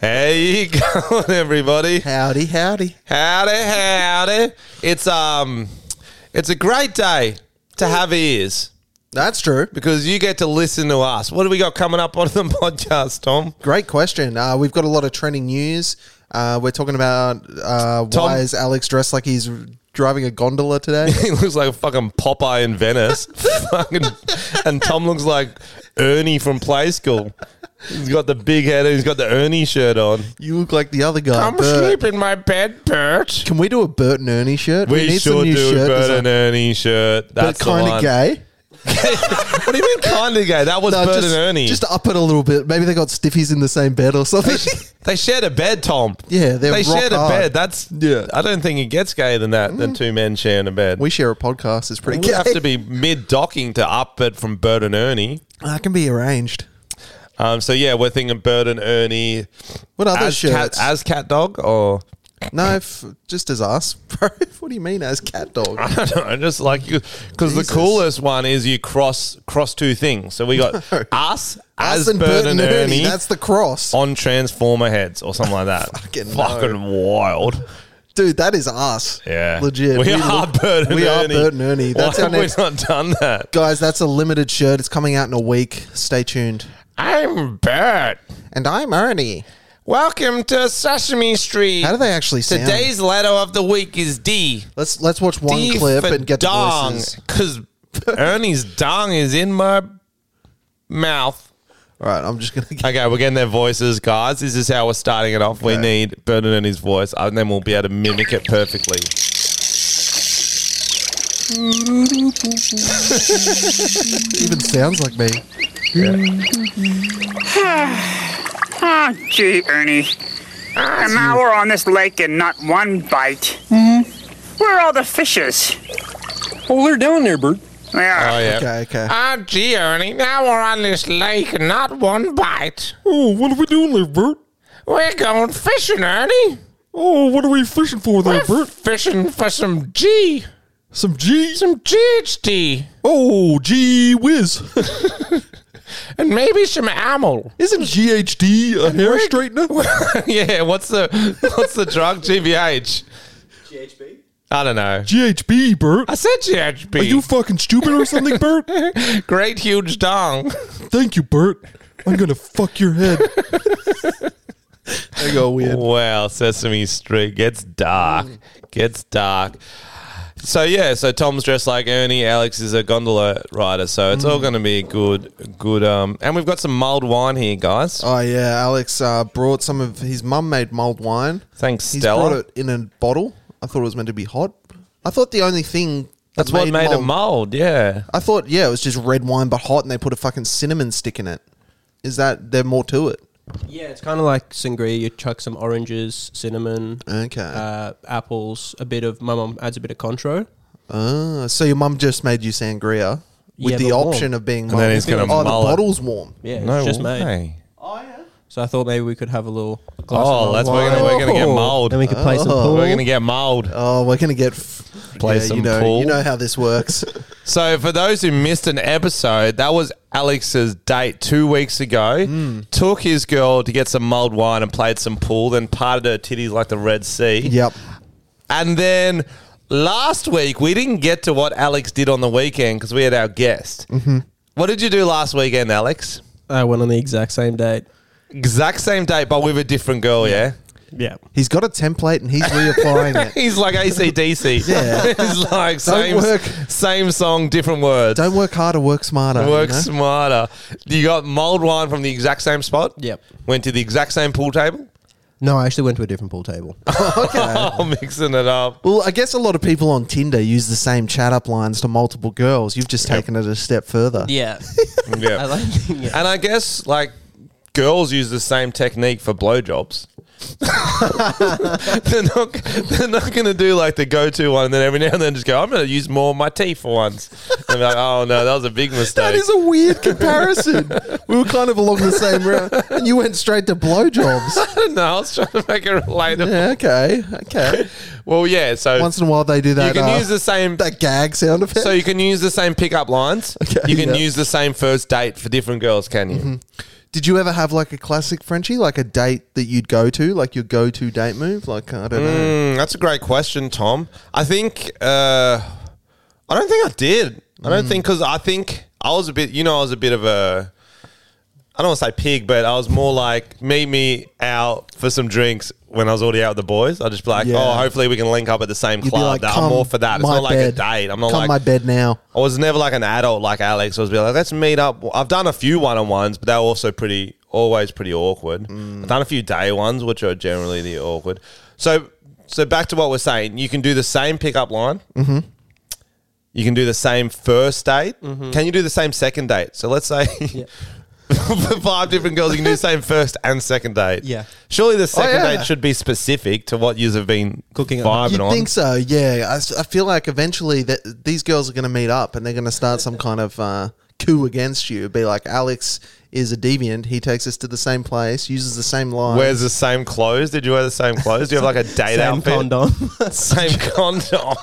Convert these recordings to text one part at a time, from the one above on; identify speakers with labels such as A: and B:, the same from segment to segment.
A: Hey, you going, everybody?
B: Howdy, howdy.
A: Howdy, howdy. It's um, it's a great day to have ears
B: That's true.
A: because you get to listen to us. What do we got coming up on the podcast, Tom?
B: Great question. Uh, we've got a lot of trending news. Uh, we're talking about uh,
A: Tom-
B: why is Alex dressed like he's driving a gondola today?
A: He looks like a fucking Popeye in Venice. fucking, and Tom looks like Ernie from Play School. He's got the big head and he's got the Ernie shirt on.
B: you look like the other guy.
A: I'm
B: Bert.
A: asleep in my bed, Bert.
B: Can we do a Bert and Ernie shirt?
A: We, should do a Bert
B: design.
A: and Ernie shirt.
B: but
A: That's
B: kind of gay.
A: what do you mean kind of gay? That was
B: No,
A: Bert
B: just,
A: and Ernie.
B: Just up it a little bit. Maybe they got stiffies in the same bed or something.
A: They shared a bed, Tom.
B: Yeah, they're
A: they
B: rock
A: shared a
B: hard.
A: bed. That's
B: Yeah.
A: I don't think it gets gayer than that. Than two men sharing a bed.
B: we share a podcast. It's pretty
A: Mm. We
B: gay.
A: have to be mid docking to up it from Bert and Ernie.
B: that can be arranged.
A: Um, so yeah, we're thinking Bert and Ernie
B: What other
A: as cat,
B: shirts?
A: as cat dog or
B: no, f- just as us. Bro, what do you mean as cat dog?
A: I don't know, just like you because the
B: Jesus.
A: coolest one is you cross cross two things. So we got
B: No.
A: us as Bert and Ernie,
B: That's the cross.
A: on Transformer heads or something like that.
B: Fucking no.
A: Fucking wild.
B: Dude, that is us.
A: Yeah.
B: Legit.
A: We, are
B: look-
A: Bert and
B: we
A: Ernie.
B: are Bert and Ernie. That's
A: Why
B: our
A: have we
B: next.
A: not done that?
B: Guys, that's a limited shirt. It's coming out in a week. Stay tuned.
A: I'm Bert.
B: And I'm Ernie.
A: Welcome to Sesame Street.
B: How do they actually sound?
A: Today's letter of the week is D.
B: let's let's watch one
A: D
B: clip
A: for
B: and get the
A: dong.
B: voices.
A: Because Ernie's dong is in my mouth.
B: All right, I'm just gonna. Get,
A: Okay, we're getting their voices, guys. This is how we're starting it off. We need Bert and Ernie's voice, and then we'll be able to mimic it perfectly.
B: even sounds like me.
C: Ah, gee, Ernie.
D: Ah,
C: And now we're on this lake and not one bite. Where are all the fishes?
D: Mm-hmm. Well, they're down there, Bert.
A: Oh,
C: Yeah.
A: yeah.
B: Okay, okay.
A: Ah, gee, Ernie, now we're on this lake and not one bite.
D: Oh, what are we doing there, Bert?
A: We're going fishing, Ernie.
D: Oh, what are we fishing for there,
A: We're
D: Bert?
A: fishing for some G.
D: Some G's?
A: Some GHD.
D: Oh, gee whiz.
A: And maybe some amyl.
D: Isn't GHD a hair straightener?
A: yeah, what's the what's the drug? GBH. GHB? I don't know.
D: GHB, Bert.
A: I said GHB.
D: Are you fucking stupid or something, Bert?
A: Great huge dong.
D: Thank you, Bert. I'm gonna fuck your head.
B: They go weird.
A: Wow, Sesame Street gets dark. Gets dark. So yeah, so Tom's dressed like Ernie. Alex is a gondola rider. So it's all going to be good, good. Um, and we've got some mulled wine here, guys.
B: Oh yeah, Alex uh, brought some of his mum made mulled wine.
A: Thanks,
B: He's
A: Stella.
B: brought it in a bottle. I thought it was meant to be hot. I thought the only thing that
A: That's what made, a mulled. Yeah,
B: I thought, yeah, it was just red wine but hot, and they put a fucking cinnamon stick in it. Is that there more to it?
E: Yeah, it's kind of like sangria. You chuck some oranges, cinnamon,
B: Okay.
E: uh, apples, a bit of. My mum adds a bit of contro.
B: Uh, so your mum just made you sangria with
E: Yeah,
B: the
E: but warm.
B: option of being.
A: then he's gonna
B: oh, the
A: mull it.
B: bottle's warm.
E: Yeah,
A: no
E: it's just
A: way.
E: made. So I thought maybe we could have a little. Glass
A: Oh,
E: of
A: that's
E: mulled
A: we're gonna,
E: wine.
A: we're gonna get mulled.
E: Then we could play some
B: Oh.
E: pool.
A: We're gonna get mulled.
B: Oh, we're gonna get f-
A: Play
B: yeah,
A: some
B: you know,
A: pool.
B: You know how this works.
A: So, for those who missed an episode, that was Alex's date two weeks ago. Took his girl to get some mulled wine and played some pool, then parted her titties like the Red Sea.
B: yep.
A: And then last week, we didn't get to what Alex did on the weekend because we had our guest. What did you do last weekend, Alex?
E: I went on the exact same date.
A: Exact same date, but with a different girl, yeah?
E: Yeah.
B: He's got a template and he's reapplying it.
A: He's like ACDC.
B: Yeah.
A: He's like, same,
B: work.
A: same song, different words.
B: Don't work harder, work smarter. you
A: Work
B: know?
A: smarter. You got mulled wine from the exact same spot.
E: Yep.
A: Went to the exact same pool table.
E: No, I actually went to a different pool table.
A: Oh, mixing it up.
B: Well, I guess a lot of people on Tinder use the same chat up lines to multiple girls. You've just taken it a step further.
E: yeah.
A: Yeah.
E: I like. Yeah.
A: and I guess like girls use the same technique for blowjobs. they're not. They're not going to do like the go-to one, and then every now and then just go. I'm going to use more of my teeth for once. And be like, oh no, that was a big mistake.
B: That is a weird comparison. we were kind of along the same route, and you went straight to blowjobs.
A: no, I was trying to make it relatable.
B: Yeah, okay, okay.
A: Well, yeah. So
B: Once in a while, they do that.
A: you can
B: uh,
A: use the same
B: that gag sound effect.
A: So you can use the same pickup lines.
B: Okay,
A: you can
B: yeah. Mm-hmm.
A: use the same first date for different girls, can you?
B: Did Did you ever have like a classic Frenchie, like a date that you'd go to, like your go-to date move? Like I don't know.
A: Mm, that's a great question, Tom. I think uh, I don't think I did. I
B: Hmm.
A: don't think because I think I was a bit. You know, I was a bit of a. I don't want to say pig, but I was more like meet me out for some drinks when I was already out with the boys. I'd just be like,
B: Yeah.
A: oh, hopefully we can link up at the same
B: You'd be
A: club.
B: like,
A: That-
B: "Come
A: I'm more for that. It's
B: my
A: not like
B: bed.
A: a date. I'm not
B: Come
A: like
B: my bed now.
A: I was never like an adult like Alex. I was be like, let's meet up. I've done a few one on ones, but they were also pretty, always pretty awkward. I've done a few day ones, which are generally the awkward. So, so back to what we're saying, you can do the same pickup line. Mm-hmm. You can do the same first date. Can you do the same second date? So let's say. for five different girls, you can do the same first and second date.
E: Yeah.
A: Surely the second
B: yeah.
A: date should be specific to what you've been
E: Cooking
A: cooking
E: up.
A: vibing
B: You
A: on.
B: think so? Yeah, I s- I, feel like eventually that these girls are going to meet up and they're going to start some kind of uh, coup against you. Be like, Alex is a deviant. He takes us to the same place, uses the same line.
A: Wears the same clothes? Did you wear the same clothes? Do you have like a date
E: Same
A: outfit?
E: condom.
A: Same condom.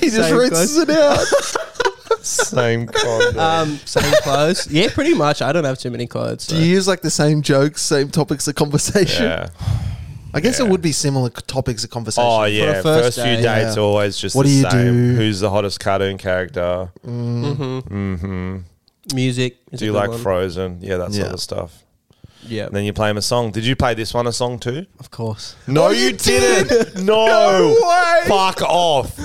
B: he just
E: same
B: rinses it out.
A: Same condom.
E: um, same clothes. Yeah, pretty much. I don't have too many clothes. So.
B: Do you use like the same jokes, same topics of conversation?
A: yeah.
B: I guess it would be similar c- topics of conversation.
A: Oh yeah.
E: a
A: First,
E: first
A: few
E: date.
A: dates
B: Yeah.
A: are always just
B: What
A: the
B: do you
A: same.
B: do?
A: Who's the hottest cartoon character?
E: Music. Is
A: Do
E: a
A: you
E: good
A: like
E: one.
A: Frozen? Yeah, that
B: Yeah.
A: sort of stuff.
E: Yeah,
A: And then you play him a song. Did you play this one a song too?
E: of course.
A: No, you didn't. No.
B: way.
A: Fuck off.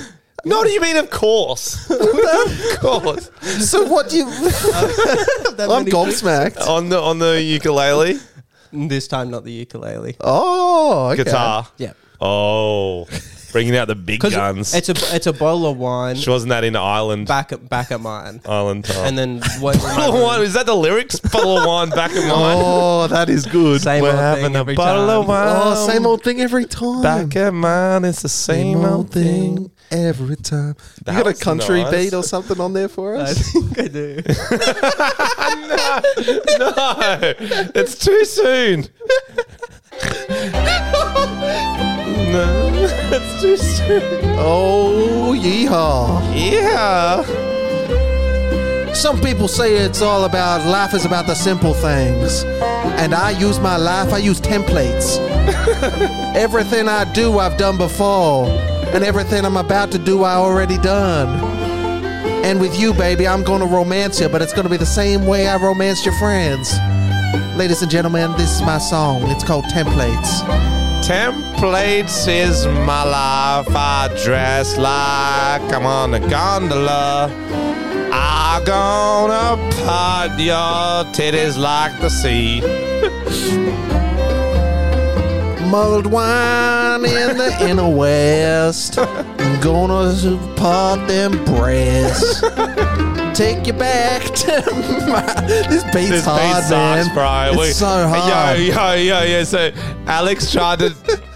A: No, do you mean of course? of course.
B: So what do you? I'm gobsmacked.
A: On the on the ukulele
E: This time, not the ukulele.
B: Oh, okay.
A: guitar.
E: Yeah,
A: Oh, bringing out the big guns.
E: it's a it's a bottle of wine
A: she wasn't that in Ireland.
E: back at back at mine,
A: Island time.
E: and then what?
A: Uh-huh. Bottle of wine. Is that the lyrics? Bottle of wine back in mind.
B: Oh, that is good.
E: Same
A: We're
E: old
A: having
E: thing
A: a
E: every
A: bottle
E: time.
A: of wine.
B: Oh, same old thing every time.
A: Back in mind. It's the same, old thing.
B: every time.
A: That
B: you got a
A: was
B: country
A: nice.
B: beat or something on there for
E: I
B: us?
E: think I do.
A: No, it's too soon. no, it's too soon.
B: oh, yeehaw!
A: Yeah.
B: Some people say it's all about life is about the simple things, and I use my life. I use templates. everything I do, I've done before, and everything I'm about to do, I already done. And with you, baby, I'm gonna romance you, but it's gonna be the same way I romanced your friends. Ladies and gentlemen, this is my song. It's called Templates.
A: Templates is my life. I dress like I'm on a gondola. I'm gonna part your titties like the sea.
B: Mulled wine in the inner west. Gonna part them breasts. Take you back to my. This beat's
A: This
B: hard,
A: beat
B: man.
A: sucks, bro.
B: It's
A: We-
B: so hard.
A: Yo, yo, yo, yo. So Alex tried to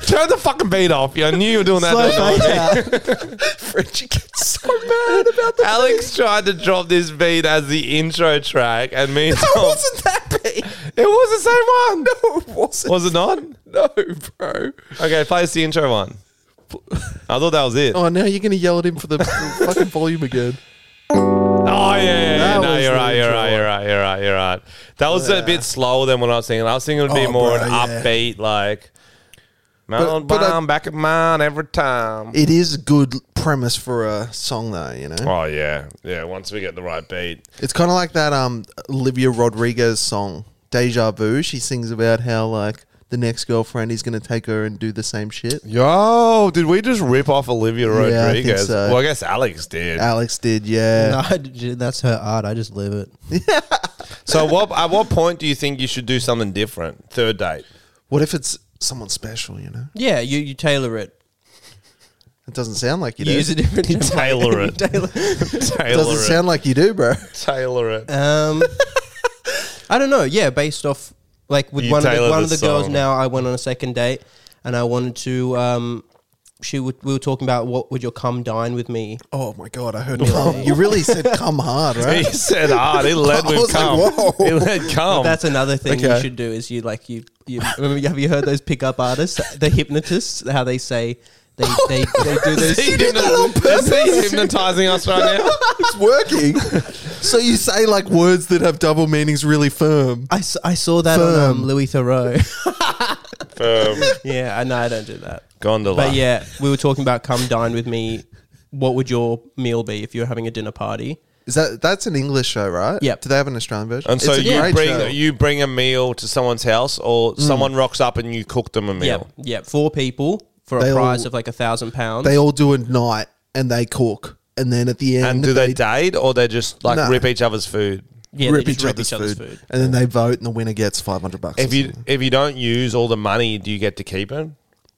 A: turn the fucking beat off. Yo, I knew you were doing that. the other day.
B: Frenchie gets so mad about that.
A: Alex tried to drop this beat as the intro track, and me and Tom.
B: wasn't that beat.
A: it was the same one.
B: No, it wasn't.
A: Was it not?
B: No, bro.
A: Okay, play us the intro one. I thought that was it. Oh,
B: Oh, now you're gonna yell at him for the fucking volume again.
A: yeah, yeah, yeah.
B: That
A: No,
B: was
A: you're
B: the
A: right, you're
B: intro
A: right, you're right, you're right, you're right. That was a bit slower than what I was thinking. I was thinking it'd be
B: Oh,
A: more
B: bro,
A: an
B: yeah.
A: upbeat, like. Mountain
B: but I-
A: bomb, back at mine every time.
B: It is a good premise for a song, though. You know.
A: Oh yeah, yeah. Once we get the right beat,
B: It's kind of like that um Olivia Rodrigo's song "Deja Vu." She sings about how like the next girlfriend is going to take her and do the same shit.
A: Yo, did we just rip off Olivia Rodriguez?
B: Yeah, I think so.
A: Well, I guess Alex did.
B: Alex did, yeah.
E: No, I d- that's her art. I just live it.
A: so, what at what point do you think you should do something different? Third date.
B: What if it's someone special? You know,
E: Yeah, you you tailor it.
B: it doesn't sound like you
E: You
B: do.
E: use a
B: It
E: different template.
A: Tailor it. Tailor
E: tailor.
B: doesn't
A: it.
B: sound like you do, bro.
A: Tailor it.
E: Um, I don't know. Yeah, based off like with
A: You
E: one of the,
A: tailor
E: one
A: the
E: of the girls
A: song.
E: now, I went on a second date, and I wanted to. Um, she would, we were talking about what would your come dine with me?
B: Oh my god, I heard come. You really said come hard,
A: He
B: right?
A: said, "Ah, he led
B: I
A: with
B: was like,
A: cum.
B: whoa.
A: He led cum."
E: That's another thing
B: Um, Okay.
E: you should do is you like you, you remember have you heard those pickup artists, the hypnotists, how they say they they, they do
A: Is
E: those
A: he hypno-
B: that on
A: is he
B: purpose?
A: hypnotizing us right now?
B: it's working. So you say like words that have double meanings really firm.
E: I, s- I saw that on um, Louis Thoreau.
A: Um,
E: yeah, I know I don't do that.
A: gondola.
E: But yeah, we were talking about come dine with me. What would your meal be if you were having a dinner party?
B: Is that that's an English show, right?
E: Yep.
B: Do they have an Australian version?
A: And so
B: It's a
A: you
B: great
A: bring
B: show. Mm.
A: you bring a meal to someone's house, or someone rocks up and you cook them a
E: Yeah,
A: meal.
E: yeah, four people for a
B: They all-
E: price of like a thousand pounds.
B: they all do a night and they cook, and then at the end
A: And do they, date, or they just like
B: No.
A: rip each other's food?
E: yeah,
B: rip
E: they
B: each
E: just rip
B: other's,
E: each other's
B: food,
E: food.
B: and then they vote, and the winner gets five hundred bucks.
A: If
B: or
A: you
B: something.
A: if you don't use all the money, do you get to keep it?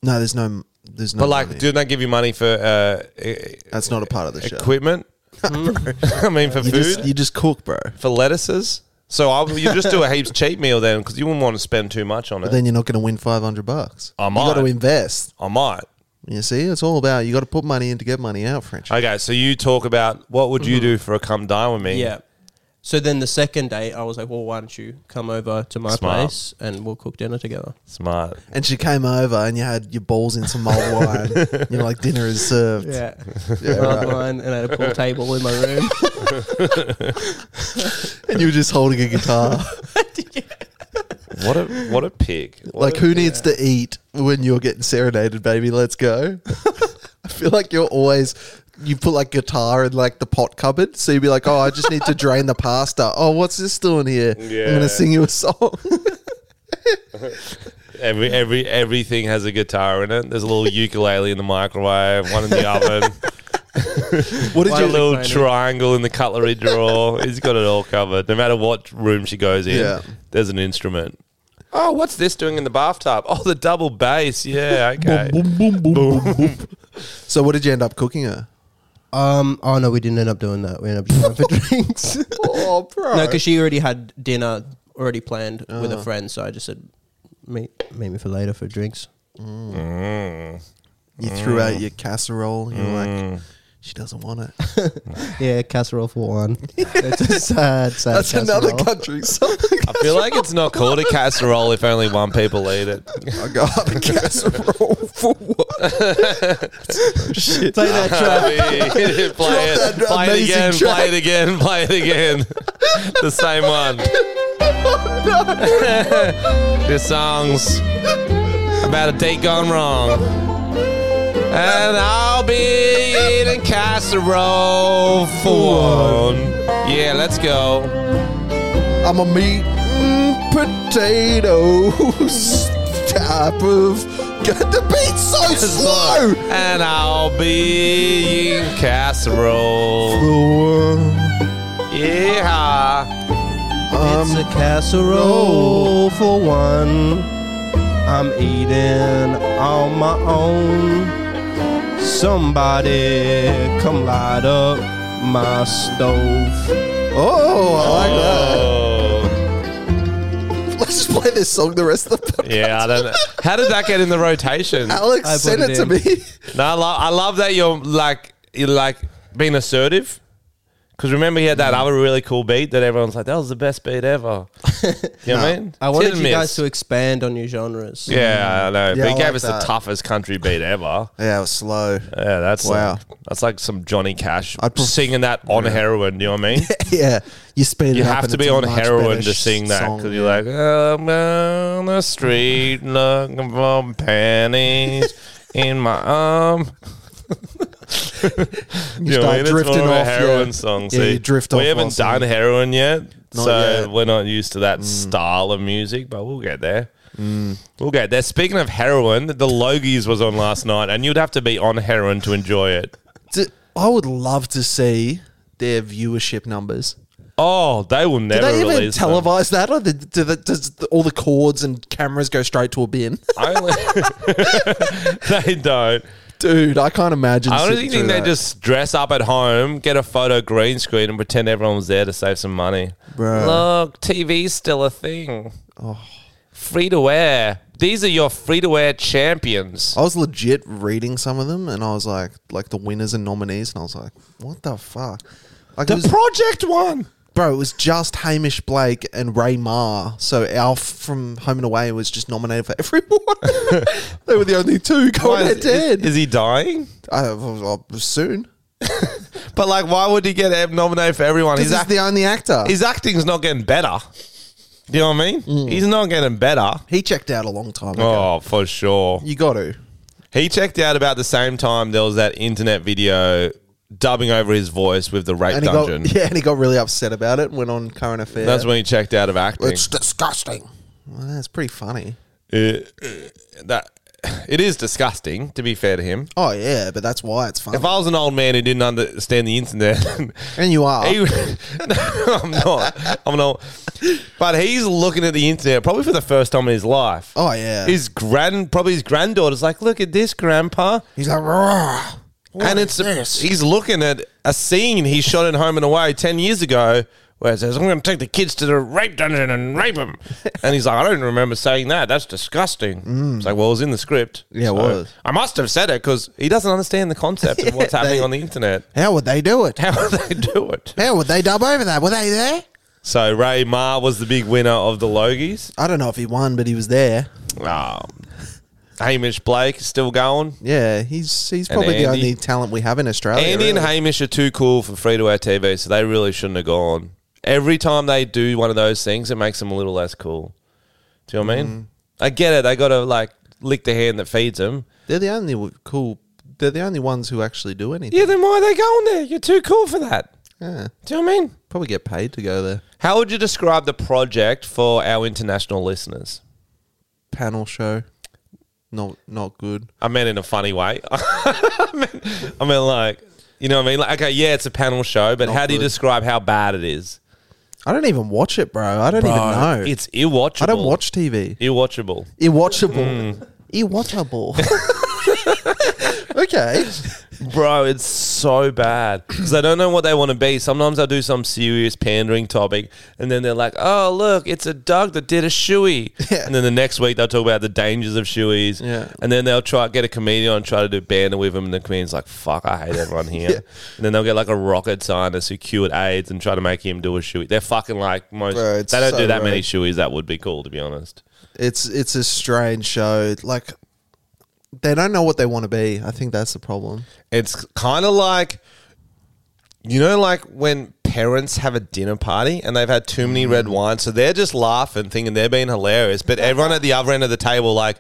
B: no, there's no, there's no.
A: But like,
B: money.
A: do they give you money for uh, e-
B: that's not a part of the show.
A: equipment? I mean, for
B: You
A: food,
B: just you just cook, bro.
A: for lettuces. So I, you just do a heaps cheap meal then, because you wouldn't want to spend too much on it.
B: Then you're not going to win five hundred bucks.
A: I
B: you got to
A: might.
B: invest.
A: I might.
B: You see, it's all about you got to put money in to get money out, French.
A: Okay, so you talk about what would you do for a come dine with me?
E: Yeah. So then the second date, I was like, well, why don't you come over to my
A: Smart.
E: place and we'll cook dinner together?
A: smart.
B: and she came over, and you had your balls in some mulled wine. You're like, dinner is served.
E: Yeah.
B: Yeah,
E: Mulled
B: right.
E: wine and I had a pool table in my room.
B: and you were just holding a guitar.
A: What a what a pig. What
B: like,
A: a-
B: who needs to eat when you're getting serenaded, baby? Let's go. I feel like you're always. You put like guitar in like the pot cupboard, so you'd be like, "Oh, I just need to drain the pasta. Oh, what's this doing here? I'm
A: Yeah.
B: gonna sing you a song."
A: Every every everything has a guitar in it. There's a little ukulele in the microwave, one in the oven,
B: What did
A: a
B: you?
A: little
E: Ukulele.
A: triangle in the cutlery drawer. He's got it all covered. No matter what room she goes in,
B: Yeah.
A: there's an instrument. Oh, what's this doing in the bathtub? Oh, the double bass. Yeah, okay.
B: So, what did you end up cooking her?
E: Um, oh, no, we didn't end up doing that. We ended up just going for drinks.
B: Oh, bro.
E: No, because she already had dinner already planned with a friend. So I just said, meet, meet me for later for drinks.
B: you threw out
A: Mm.
B: your casserole. You're like, she doesn't want it.
E: Yeah, casserole for one. it's a sad, sad
B: That's another country song.
A: I feel like it's not called a casserole if only one people eat it.
B: I got a casserole for what? Shit.
E: Play that track.
A: play it, play
B: Drop that
A: it
B: amazing
A: again,
B: track.
A: play it again, play it again. the same one. this song's about a date gone wrong. And I'll be eating casserole for one. Yeah, let's go.
B: I'm a meat and potatoes type of. God, the beat's so slow.
A: And I'll be eating casserole.
B: Oh,
A: Yeah.
E: It's a casserole for one. I'm eating on my own. Somebody come light up my stove.
B: I like
A: Oh.
B: that. Let's play this song the rest of the podcast.
A: Yeah, I don't know. How did that get in the rotation? No,
B: Alex,
E: I put
B: send it,
E: it
B: to
E: in.
B: me.
A: I love, I love that you're like you're like being assertive. Because remember, he had that other really cool beat that everyone's like, "That was the best beat ever." You know what I mean?
E: I wanted
A: Hit
E: you
A: and
E: guys
A: miss.
E: to expand on your genres.
A: Yeah, I know.
B: Yeah,
A: but he
B: I
A: gave
B: like
A: us
B: that.
A: the toughest country beat ever.
B: Yeah, it was slow.
A: Yeah, that's
B: Wow.
A: Like, that's like some Johnny Cash
B: I'd pref-
A: singing that on heroin. You know what I mean?
B: Yeah, you speed it
A: You
B: up.
A: have
B: and
A: to be
B: it's a
A: on
B: much
A: heroin
B: better
A: to
B: sh-
A: sing that
B: song,
A: because
B: yeah.
A: you're like, I'm on the street looking for panties in my arm. you
B: start drifting
A: it's more
B: off,
A: of a heroin
B: yeah.
A: song.
B: Yeah,
A: see?
B: you drift
A: we
B: off while
A: haven't done
B: singing.
A: heroin yet,
B: Not
A: so
B: yet. Mm.
A: we're not used to that style of music, but we'll get there. We'll get there. Speaking of heroin, the Logies was on last night, and you'd have to be on heroin to enjoy it.
B: D- I would love to see their viewership numbers.
A: Oh, they will
B: Do
A: never
B: they even
A: release them.
B: televise that, or the, do the, does the- all the cords and cameras go straight to a bin?
A: I only- they don't.
B: Dude, I can't imagine.
A: I honestly
B: sitting
A: think
B: through
A: they
B: that.
A: just dress up at home, get a photo green screen, and pretend everyone was there to save some money.
B: Bruh. Oh.
A: Look, TV's still a thing. Free to wear. These are your free to wear champions.
B: I was legit reading some of them, and I was like, like the winners and nominees, and I was like, what the fuck? Like, it was-
A: project one.
B: bro, it was just Hamish Blake and Ray Ma. So Alf from Home and Away was just nominated for every award. they were the only two going Uh,
A: Why
B: head
A: is,
B: to head.
A: is he dying?
B: I- I- I- Soon,
A: But like, why would he get nominated for everyone?
B: He's
A: His, act-
B: the only actor.
A: his acting's not getting better. Do you know what I mean?
B: Mm.
A: He's not getting better.
B: he checked out a long time ago.
A: Oh, for sure.
B: You got to.
A: He checked out about the same time there was that internet video dubbing over his voice with the rape
B: And he
A: dungeon.
B: got yeah, and he got really upset about it. and Went on current affairs.
A: That's when he checked out of acting.
B: it's disgusting. Well, that's pretty funny.
A: It- uh, that it is disgusting. To be fair to him,
B: Oh yeah, but that's why it's funny.
A: if I was an old man who didn't understand the internet,
B: and you are.
A: he, no, I'm not. I'm not. But he's looking at the internet probably for the first time in his life.
B: oh yeah.
A: His grand, probably his granddaughter's like, look at this, grandpa.
B: He's like, "Rah."
A: and it's he's looking at a scene he shot in Home and Away ten years ago where it says, "I'm going to take the kids to the rape dungeon and rape them," and he's like, "I don't remember saying that. That's disgusting." It's like, well, it was in the script.
B: Mm. Yeah, it was.
A: I must have said it because he doesn't understand the concept of what's happening
B: they-
A: on the internet.
B: How would they do it?
A: How do they do it?
B: How would they dub over that? Were they there?
A: So Ray Ma was the big winner of the Logies.
B: I don't know if he won, but he was there. Ah.
A: Um, Hamish Blake is still going.
B: Yeah, he's he's probably the
A: Andy.
B: only talent we have in Australia.
A: Andy and
B: Oh, really.
A: Hamish are too cool for free to air TV, so they really shouldn't have gone. Every time they do one of those things, it makes them a little less cool. Do you know what I
B: Mm.
A: mean? I get it. They got to like lick the hand that feeds them.
B: they're the only w- cool. They're the only ones who actually do anything.
A: Yeah, then why are they going there? You're too cool for that.
B: Yeah.
A: Do you know what I mean?
B: Probably get paid to go there.
A: How would you describe the project for our international listeners?
B: Panel show. Not not good.
A: I meant in a funny way. I mean, I mean, like, you know what I mean? Like, okay, yeah, it's a panel show, but how do you
B: good.
A: describe how bad it is?
B: I don't even watch it, bro. I don't even know.
A: It's irwatchable.
B: I don't watch TV.
A: Irwatchable.
B: Irwatchable.
A: Mm.
B: Irwatchable. okay.
A: Bro, it's so bad because they don't know what they want to be. Sometimes I do some serious pandering topic, and then they're like, "Oh, look, it's a dog that did a shoey."
B: Yeah.
A: And then the next week they'll talk about the dangers of shoeys.
B: Yeah.
A: And then they'll try get a comedian on and try to do banter with them, and the comedian's like, "Fuck, I hate everyone here." And then they'll get like a rocket scientist who cured AIDS and try to make him do a shoey. They're fucking like most.
B: Bro,
A: they
B: it's
A: don't
B: so
A: do that
B: right.
A: many shoeys. That would be cool, to be honest.
B: It's it's a strange show. Like they don't know what they want to be. I think that's the problem.
A: It's kind of like, you know, like when parents have a dinner party and they've had too many
B: Mm.
A: red wines, so they're just laughing, thinking they're being hilarious. But everyone at the other end of the table, like,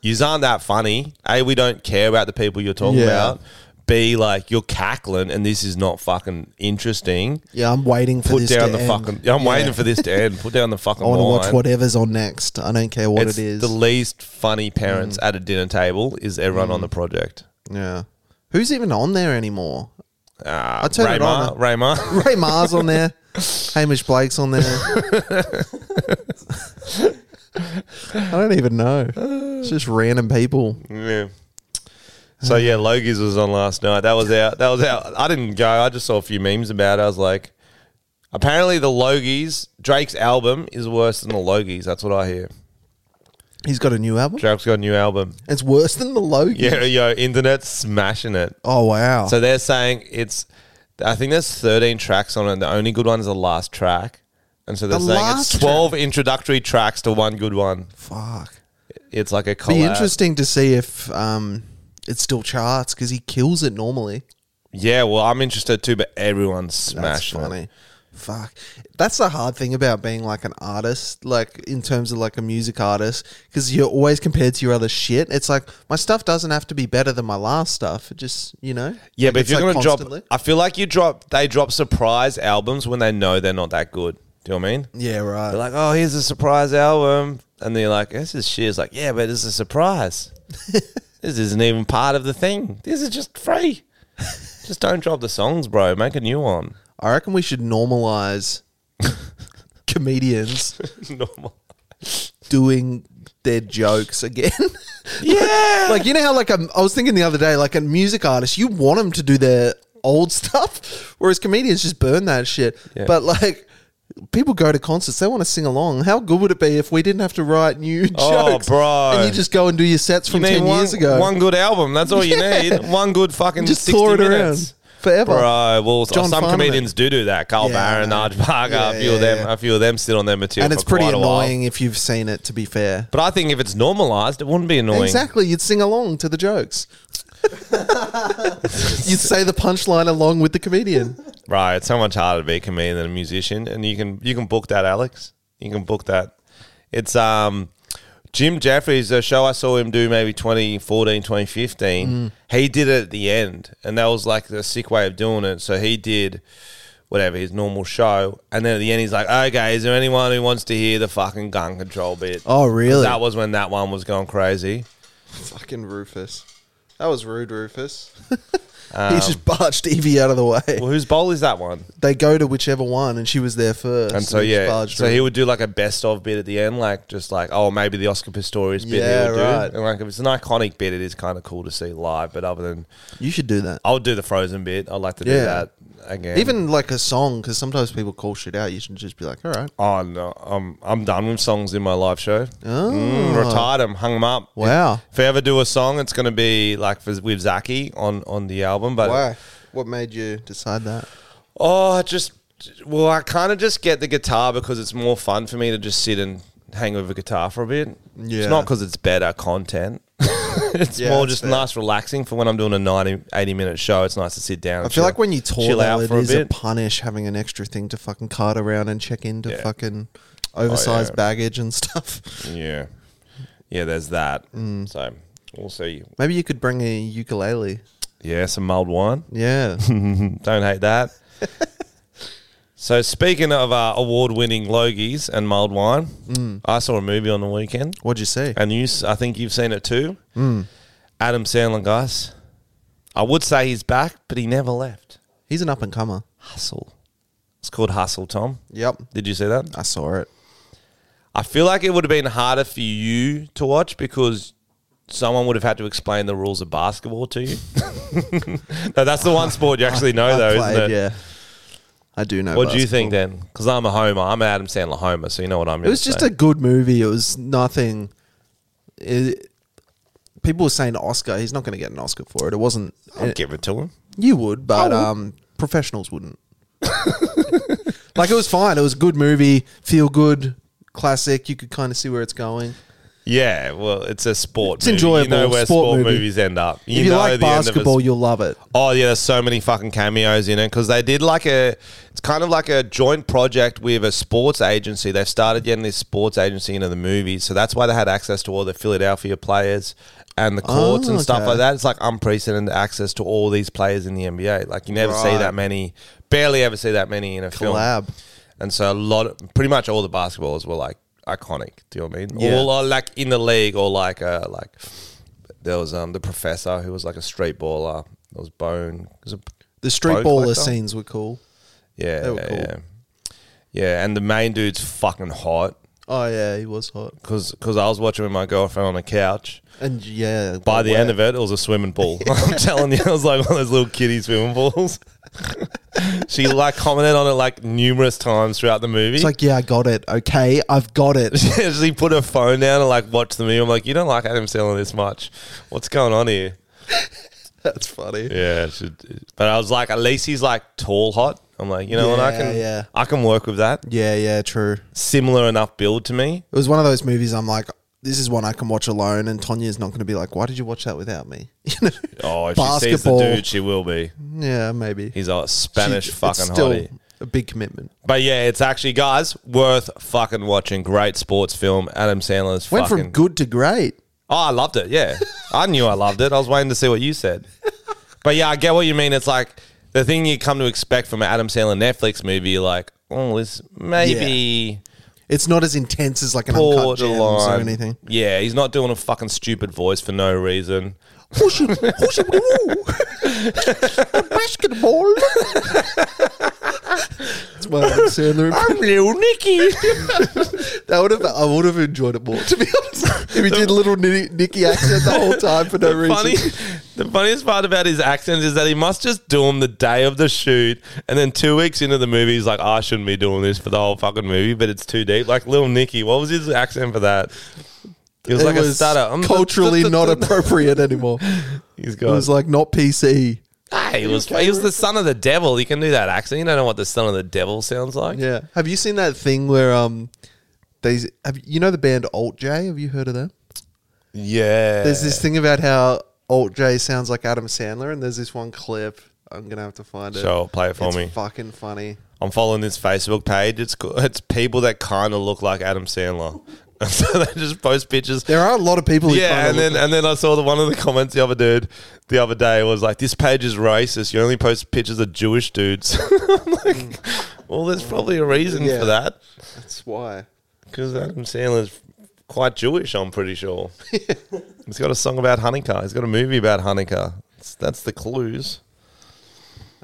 A: you aren't that funny. A, we don't care about the people you're talking
B: Yeah.
A: about. B, like, you're cackling and this is not fucking interesting.
B: Yeah, I'm waiting for
A: Put
B: this
A: down
B: to
A: the
B: end.
A: fucking. I'm
B: Yeah.
A: waiting for this to end. Put down the fucking.
B: I want to watch
A: wine.
B: whatever's on next. I don't care what
A: It's
B: it is.
A: the
B: Mm.
A: least funny parents at a dinner table is everyone on the project.
B: yeah. Who's even on there anymore?
A: Uh,
B: I turn it
A: Raymar-
B: on.
A: Raymar.
B: Ray Mars on there. Hamish Blake's on there. I don't even know. It's just random people.
A: Yeah. So yeah, Logies was on last night. That was out. That was out. I didn't go. I just saw a few memes about it. I was like, apparently the Logies Drake's album is worse than the Logies. That's what I hear.
B: He's got a new album.
A: Drake's got a new album.
B: It's worse than the Logan.
A: Yeah, yo, internet smashing it.
B: Oh wow.
A: So they're saying it's. I think there's 13 tracks on it. The only good one is the last track, and so they're
B: The
A: saying it's
B: last
A: 12 introductory tracks to one good one.
B: fuck.
A: It's like a collab.
B: Be interesting to see if um it still charts because he kills it normally.
A: Yeah, well, I'm interested too, but everyone's
B: That's
A: smashing it.
B: funny. Fuck. That's the hard thing about being like an artist, like in terms of like a music artist, because you're always compared to your other shit. It's like my stuff doesn't have to be better than my last stuff. It just you know.
A: Yeah,
B: Like,
A: but if
B: it's,
A: you're
B: like,
A: gonna
B: constantly.
A: drop, I feel like you drop. They drop surprise albums when they know they're not that good. Do you know what I mean?
B: yeah, right.
A: They're like, oh, here's a surprise album, and they're like, this is shit. It's like, yeah, but it's a surprise. this isn't even part of the thing. This is just free. just don't drop the songs, bro. Make a new one.
B: I reckon we should normalize comedians
A: Normal.
B: doing their jokes again.
A: Yeah.
B: like you know how like um, I was thinking the other day, like a music artist, you want them to do their old stuff, whereas comedians just burn that shit.
A: Yeah.
B: But like. People go to concerts; they want to sing along. How good would it be if we didn't have to write new
A: Oh,
B: jokes,
A: bro.
B: And you just go and do your sets from
A: You need
B: ten
A: one,
B: years ago.
A: one good album. That's all you
B: Yeah.
A: need. One good fucking
B: just
A: 60
B: tour it
A: minutes.
B: around forever.
A: Bro, well,
B: John
A: some
B: Farnham.
A: comedians do do that. Carl
B: Yeah, I
A: Barron,
B: know.
A: Naj Parker,
B: Yeah,
A: a few of
B: yeah,
A: them,
B: yeah.
A: a few of them sit on their material,
B: and it's
A: for
B: pretty
A: quite a while.
B: annoying if you've seen it. To be fair,
A: But I think if it's normalized, it wouldn't be annoying.
B: exactly, you'd sing along to the jokes. You'd say the punchline along with the comedian.
A: Right, it's so much harder to be a comedian than a musician, and you can you can book that, Alex. You can book that. It's um, Jim Jeffries. A show I saw him do maybe 2014, 2015.
B: Mm.
A: He did it at the end, and that was like the sick way of doing it. So he did whatever his normal show, and then at the end he's like, "Okay, is there anyone who wants to hear the fucking gun control bit?"
B: Oh, really?
A: That was when that one was going crazy.
F: Fucking Rufus. That was rude, Rufus.
B: he just barged Evie out of the way.
A: Well, whose bowl is that one?
B: They go to whichever one, and she was there first.
A: And so
B: he just
A: yeah,
B: barged
A: so
B: her.
A: he would do like a best of bit at the end, like just like oh maybe the Oscar Pistorius bit.
B: Yeah,
A: he would
B: right.
A: Do. And like if it's an iconic bit, it is kind of cool to see live. But other than
B: you should do that.
A: I would do the Frozen bit. I'd like to do
B: Yeah.
A: that again.
B: Even like a song, because sometimes people call shit out. You should just be like, all right.
A: oh no, I'm I'm done with songs in my live show. Mm, retired them, hung them up.
B: Ah. Wow.
A: If I ever do a song, it's gonna be like for, with Zaki on on the album. But
F: Why?
B: What made you decide that?
A: Oh, I just well, I kind of just get the guitar because it's more fun for me to just sit and hang with a guitar for a bit.
B: Yeah.
A: It's not because it's better content. it's
B: Yeah,
A: more
B: that's
A: just
B: fair.
A: nice relaxing for when I'm doing a 90, 80 minute show. It's nice to sit down.
B: I feel like when you tour,
A: chill
B: though,
A: out
B: it
A: for a
B: is a,
A: bit.
B: punish having an extra thing to fucking cart around and check into
A: Yeah. Oh,
B: fucking oversized
A: yeah.
B: baggage and stuff.
A: yeah, yeah, there's that.
B: Mm.
A: So we'll see.
B: Maybe you could bring a ukulele.
A: Yeah, some mulled wine.
B: Yeah.
A: Don't hate that. so speaking of uh, award winning logies and mulled wine,
B: Mm.
A: I saw a movie on the weekend.
B: What'd you see?
A: and you, s- I think you've seen it too.
B: Hmm.
A: Adam Sandler, guys. I would say he's back, but he never left.
B: He's an up and comer.
A: Hustle. It's called Hustle, Tom.
B: Yep.
A: Did you see that?
B: I saw it.
A: I feel like it would have been harder for you to watch because someone would have had to explain the rules of basketball to you. no, that's the one sport you actually know,
B: I
A: though,
B: played,
A: Oh, isn't it?
B: yeah. I do know.
A: What do you think
B: basketball.
A: then? Because I'm a homer. I'm an Adam Sandler homer, so you know what I'm.
B: It was just a good movie. It was nothing. It, people were saying Oscar. He's not going to get an Oscar for it. It wasn't.
A: I'll give it to him.
B: You would, but um, professionals wouldn't. like it was fine. It was a good movie, feel good, classic. You could kind of see where it's going.
A: Yeah, well, it's a sport.
B: It's
A: movie. You know
B: enjoyable,
A: where
B: sport
A: sport,
B: movie.
A: movies end up. You
B: if you
A: know
B: like
A: the end of a
B: basketball, you'll love it.
A: Oh yeah, there's so many fucking cameos in it because they did like a. It's kind of like a joint project with a sports agency. They started getting this sports agency into the movies, so that's why they had access to all the Philadelphia players and the courts
B: Oh,
A: and stuff
B: okay.
A: like that. It's like unprecedented access to all these players in the NBA. Like you never see
B: Right.
A: that many, barely ever see that many in a
B: Collab.
A: film. And so a lot, of, pretty much all the basketballers were like iconic. Do you know what I mean?
B: Yeah.
A: All are like in the league or like uh, like there was um the professor who was like a street baller. There was Bone. Was it-
B: The street
A: Bone
B: baller
A: collector?
B: scenes were cool.
A: Yeah,
B: they were cool.
A: yeah, yeah. And the main dude's fucking hot
B: Oh yeah, he was hot.
A: because I was watching with my girlfriend on the couch.
B: And yeah,
A: By the
B: wet.
A: end of it, it was a swimming pool. I'm telling you, it was like one of those little kiddie swimming pools. she like commented on it like numerous times throughout the movie.
B: it's like yeah, I got it. Okay, I've got it.
A: she put her phone down and like watched the movie. I'm like, you don't like Adam Sandler this much. What's going on here?
B: That's funny.
A: Yeah, it should, but I was like, at least he's like tall, hot. I'm like, you know what? I
B: Yeah,
A: can,
B: yeah.
A: I can work with that.
B: Yeah, yeah, true.
A: Similar enough build to me.
B: It was one of those movies. I'm like, this is one I can watch alone, and Tanya's not going to be like, why did you watch that without me? You know?
A: Oh, if she sees the
B: Basketball.
A: dude, she will be.
B: yeah, maybe.
A: He's a Spanish
B: She- it's
A: fucking
B: still
A: hottie.
B: A big commitment.
A: But yeah, it's actually guys worth fucking watching. Great sports film. Adam Sandler's
B: Went
A: fucking.
B: from good to great.
A: Oh, I loved it. Yeah, I knew I loved it. I was waiting to see what you said. But yeah, I get what you mean. It's like the thing you come to expect from an Adam Sandler Netflix movie. You're like, oh, this maybe
B: It's not as intense as like an uncut gems or
A: borderline.
B: anything.
A: Yeah, he's not doing a fucking stupid voice for no reason.
B: Basketball. That's my Adam Sandler. impression.
A: Little Nicky.
B: That would have. I would have enjoyed it more, to be honest. If he did little Ni- Nicky accent the whole time for no reason.
A: Funny, the funniest part about his accent is that he must just do him the day of the shoot, and then two weeks into the movie, he's like, "Ah, "I shouldn't be doing this for the whole fucking movie, but it's too deep." Like Little Nicky, what was his accent for that? He was
B: It
A: like a
B: was
A: stutter. I'm-
B: culturally not appropriate anymore.
A: He's
B: It
A: got.
B: was like not PC.
A: Hey, he was he was the son of the devil. You can do that accent. You don't know what the son of the devil sounds like.
B: Yeah. Have you seen that thing where um, they have you know the band Alt J? Have you heard of them?
A: Yeah.
B: Uh, There's this thing about how
G: Alt J sounds like Adam Sandler, and there's this one clip. I'm gonna have to find it.
A: Sure, play it for
G: It's
A: me.
G: Fucking funny.
A: I'm following this Facebook page. It's co- it's people that kind of look like Adam Sandler, and so they just post pictures.
B: There are a lot of people who
A: yeah, and
B: kinda look-
A: then and then I saw the one of the comments the other dude the other day was like, "This page is racist. You only post pictures of Jewish dudes." I'm like, well, there's probably a reason
G: Yeah.
A: for that
G: That's why.
A: because Adam Sandler's quite Jewish. I'm pretty sure. He's got a song about Hanukkah. He's got a movie about Hanukkah. It's, that's the clues.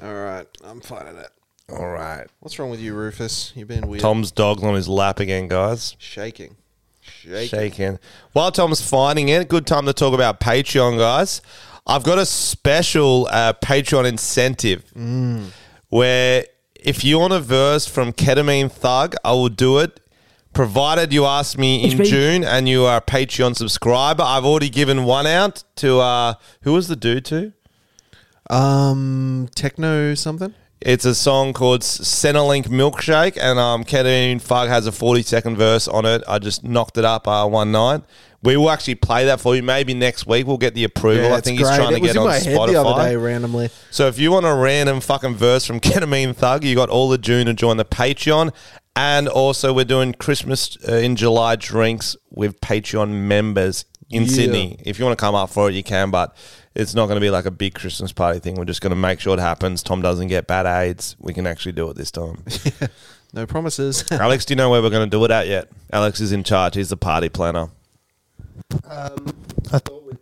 G: All right, I'm finding it.
A: All right,
G: What's wrong with you, Rufus? You've been weird.
A: Tom's dog's on his lap again, guys.
G: Shaking. Shaking.
A: Shaking. While Tom's finding it, good time to talk about Patreon, guys. I've got a special uh, Patreon incentive where if you want a verse from Ketamine Thug, I will do it. Provided you ask me in
H: It's me.
A: June and you are a Patreon subscriber, I've already given one out to uh, who was the dude to?
G: Um, techno something.
A: It's a song called S- Centrelink Milkshake, and um, Ketamine Fug has a 40 second verse on it. I just knocked it up uh, one night. We will actually play that for you. Maybe next week we'll get the approval. I
B: it's
A: think he's
B: great.
A: trying to
B: It was
A: get
B: in
A: on
B: my head
A: Spotify.
B: the other day randomly.
A: So if you want a random fucking verse from Ketamine Thug, you got all of June to join the Patreon. And also, we're doing Christmas uh, in July drinks with Patreon members in Sydney. If you want to come up for it, you can, but it's not going to be like a big Christmas party thing. We're just going to make sure it happens. Tom doesn't get bad AIDS. We can actually do it this time.
G: No promises.
A: Alex, do you know where we're going to do it at yet? Alex is in charge. He's the party planner.
E: I thought we'd,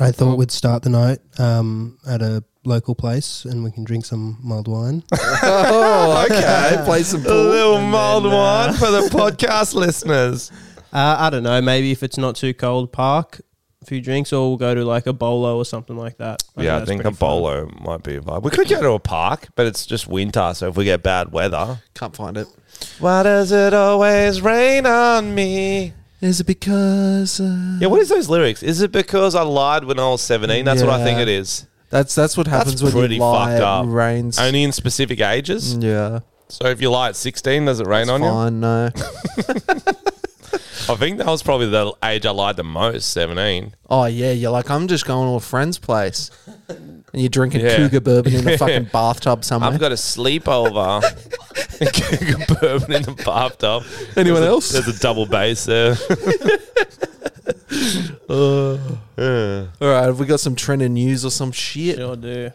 E: I thought we'd start the night um, at a local place and we can drink some mulled wine.
G: oh, okay. uh, Play some
A: A
G: pool.
A: little mild wine for the podcast listeners.
E: Uh, I don't know. Maybe if it's not too cold, park a few drinks, or we'll go to like a bolo or something like that.
A: Yeah, I
E: that's
A: think a
E: pretty fun.
A: bolo might be a vibe. We could go to a park, but it's just winter, so if we get bad weather.
G: Can't find it.
A: Why does it always rain on me?
B: Is it because uh,
A: Yeah, what is those lyrics? Is it because I lied when I was 17? That's what I think it is.
B: that's that's what happens
A: That's
B: when
A: pretty
B: you lie?
A: fucked up.
B: It rains.
A: Only in specific ages.
B: yeah,
A: So if you lie at 16, does it rain on
B: fine. No,
A: you? I think that was probably the age I lied the most, 17.
B: oh yeah, you're like I'm just going to a friend's place, and you're drinking
A: Yeah.
B: cougar bourbon in a fucking bathtub somewhere.
A: I've got a sleepover. Cougar bourbon in the bathtub.
B: Anyone
A: There's a-
B: else?
A: there's a double bass there.
B: All right, have we got some trending news or some shit?
E: Sure do.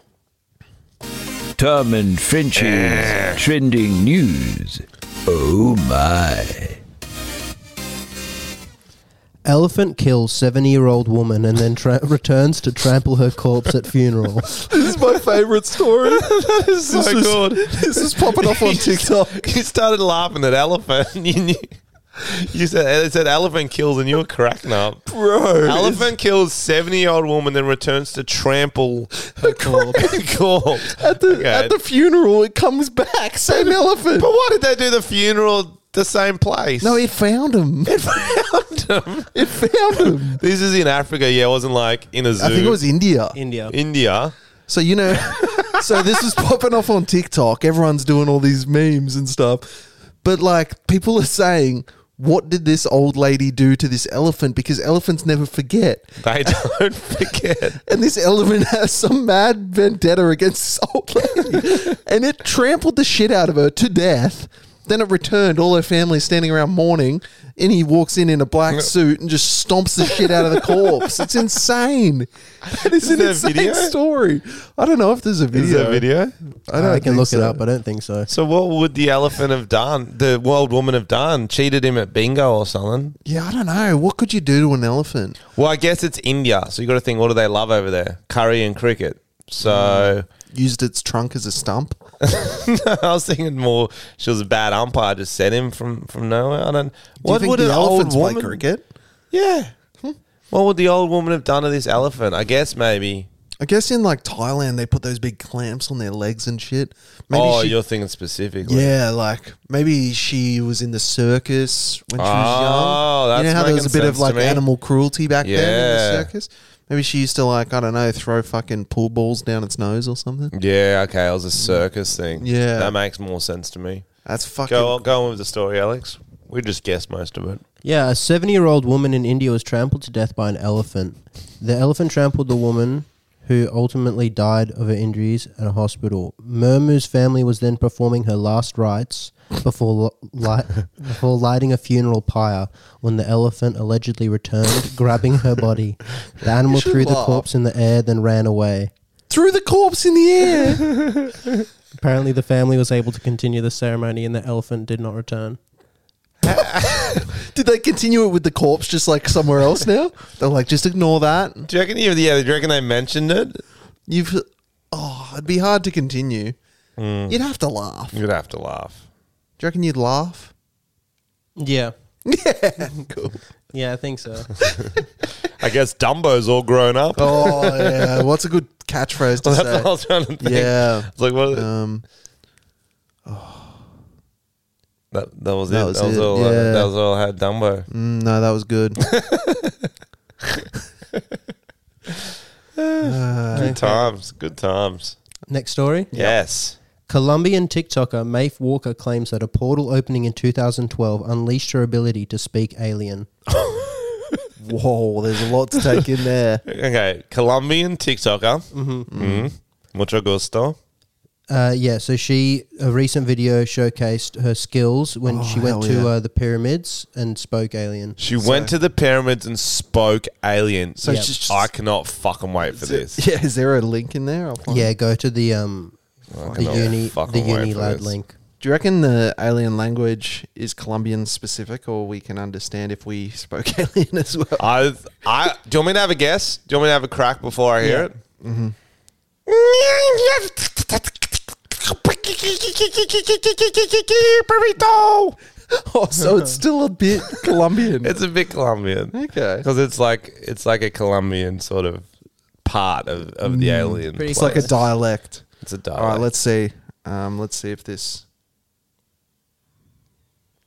I: Tom and Finch's trending news. Oh my.
E: Elephant kills seventy-year-old woman and then tra- returns to trample her corpse at funeral.
B: This is my favorite story. that is
A: so good.
B: This is popping off on TikTok.
A: you started laughing at elephant. You knew. You said it said elephant kills and you were cracking up.
B: Bro.
A: Elephant kills seventy year old woman then returns to trample her corpse. corpse.
B: At the,
A: Okay.
B: at the funeral, it comes back. Same elephant.
A: but why did they do the funeral the same place?
B: No, it found him. It found him. It found him.
A: this is in Africa. Yeah, it wasn't like in a zoo.
B: I think it was India.
E: India.
A: India.
B: So you know, so this is popping off on TikTok. Everyone's doing all these memes and stuff, but like people are saying, "What did this old lady do to this elephant?" Because elephants never forget,
A: They don't forget.
B: and this elephant has some mad vendetta against this old lady, and it trampled the shit out of her to death. Then it returned, all her family standing around mourning, and he walks in in a black suit and just stomps the shit out of the corpse. It's insane. It is, an
A: there a
B: insane
A: video?
B: story. I don't know if there's a video.
A: Is there a video?
B: I, don't
E: I can
B: think
E: look
B: so.
E: it up. I don't think so.
A: So what would the elephant have done? The old woman have done? Cheated him at bingo or something?
B: Yeah, I don't know. What could you do to an elephant?
A: Well, I guess it's India, so you got to think what do they love over there? Curry and cricket. So
B: Used its trunk as a stump.
A: I was thinking more. She was a bad umpire, just sent him from from nowhere. I don't.
B: Do you
A: What
B: think
A: would
B: the
A: an old
B: elephants play
A: woman?
B: cricket?
A: Yeah. What would the old woman have done to this elephant? I guess maybe.
B: I guess in like Thailand they put those big clamps on their legs and shit. Maybe
A: oh,
B: she,
A: you're thinking specifically.
B: yeah, like maybe she was in the circus when she was
A: Oh,
B: young. you
A: that's
B: know how there was a
A: making
B: bit of
A: sense to
B: like
A: me.
B: animal cruelty back then in
A: Yeah.
B: the circus. Maybe she used to like I don't know throw fucking pool balls down its nose or something.
A: Yeah. Okay. It was a circus thing.
B: Yeah.
A: That makes more sense to me.
B: That's fucking
A: Go on, go on with the story, Alex. We just guessed most of it.
E: Yeah, a 70 year old woman in India was trampled to death by an elephant. The elephant trampled the woman, who ultimately died of her injuries at a hospital. Murmu's family was then performing her last rites before, li- li- before lighting a funeral pyre when the elephant allegedly returned, grabbing her body. The animal
B: should
E: threw the
B: laugh.
E: corpse in the air, then ran away.
B: Threw the corpse in the air.
E: Apparently, the family was able to continue the ceremony and the elephant did not return.
B: Did they continue it with the corpse just like somewhere else now? They're like, just ignore that.
A: Do you reckon? you- Yeah, do you reckon they mentioned it?
B: You've. Oh, it'd be hard to continue.
A: Hmm.
B: You'd have to laugh. Do you
A: You'd have to laugh.
B: reckon you'd laugh?
E: Yeah.
B: Yeah. cool.
E: Yeah, I think so.
A: I guess Dumbo's all grown up.
B: Oh, yeah. What's a good catchphrase to
A: That's what I
B: say?
A: was trying to think.
B: Yeah.
A: It's like what?
B: Um,
A: that, that was
B: that
A: it.
B: was
A: that was
B: it,
A: all.
B: yeah.
A: Uh, that was all I had. Dumbo.
B: mm, no, that was good.
A: Good times. Good times.
E: Next story.
A: Yes.
E: Colombian TikToker Maeve Walker claims that a portal opening in 2012 unleashed her ability to speak alien.
B: Whoa, there's a lot to take in there.
A: Okay. Colombian TikToker. Mm-hmm. Mucho gusto.
E: Uh, yeah, so she a recent video showcased her skills when she went
B: Oh, hell
E: to
B: yeah.
E: uh, the pyramids and spoke alien.
A: She went to the pyramids and spoke alien. So
E: Yep.
B: she's-
A: I cannot fucking wait for this.
B: Yeah, is there a link in there? I'll find-
E: Yeah, go to the um the
A: cannot
E: uni the
A: fucking wait
E: uni
A: for
E: lad
A: this.
E: link.
B: Do you reckon the alien language is Colombian specific, or we can understand if we spoke alien as well?
A: I, I, do you want me to have a guess? Do you want me to have a crack before I hear it?
B: Mm-hmm.
A: Burrito.
B: Oh, so it's still a bit Colombian.
A: It's a bit Colombian.
B: Okay.
A: Because it's like it's like a Colombian sort of part of, of the alien.
E: pretty
A: place.
B: It's like a dialect.
A: it's a
B: Mm-hmm. All right,
A: dialect.
B: let's see. Um, let's see if this.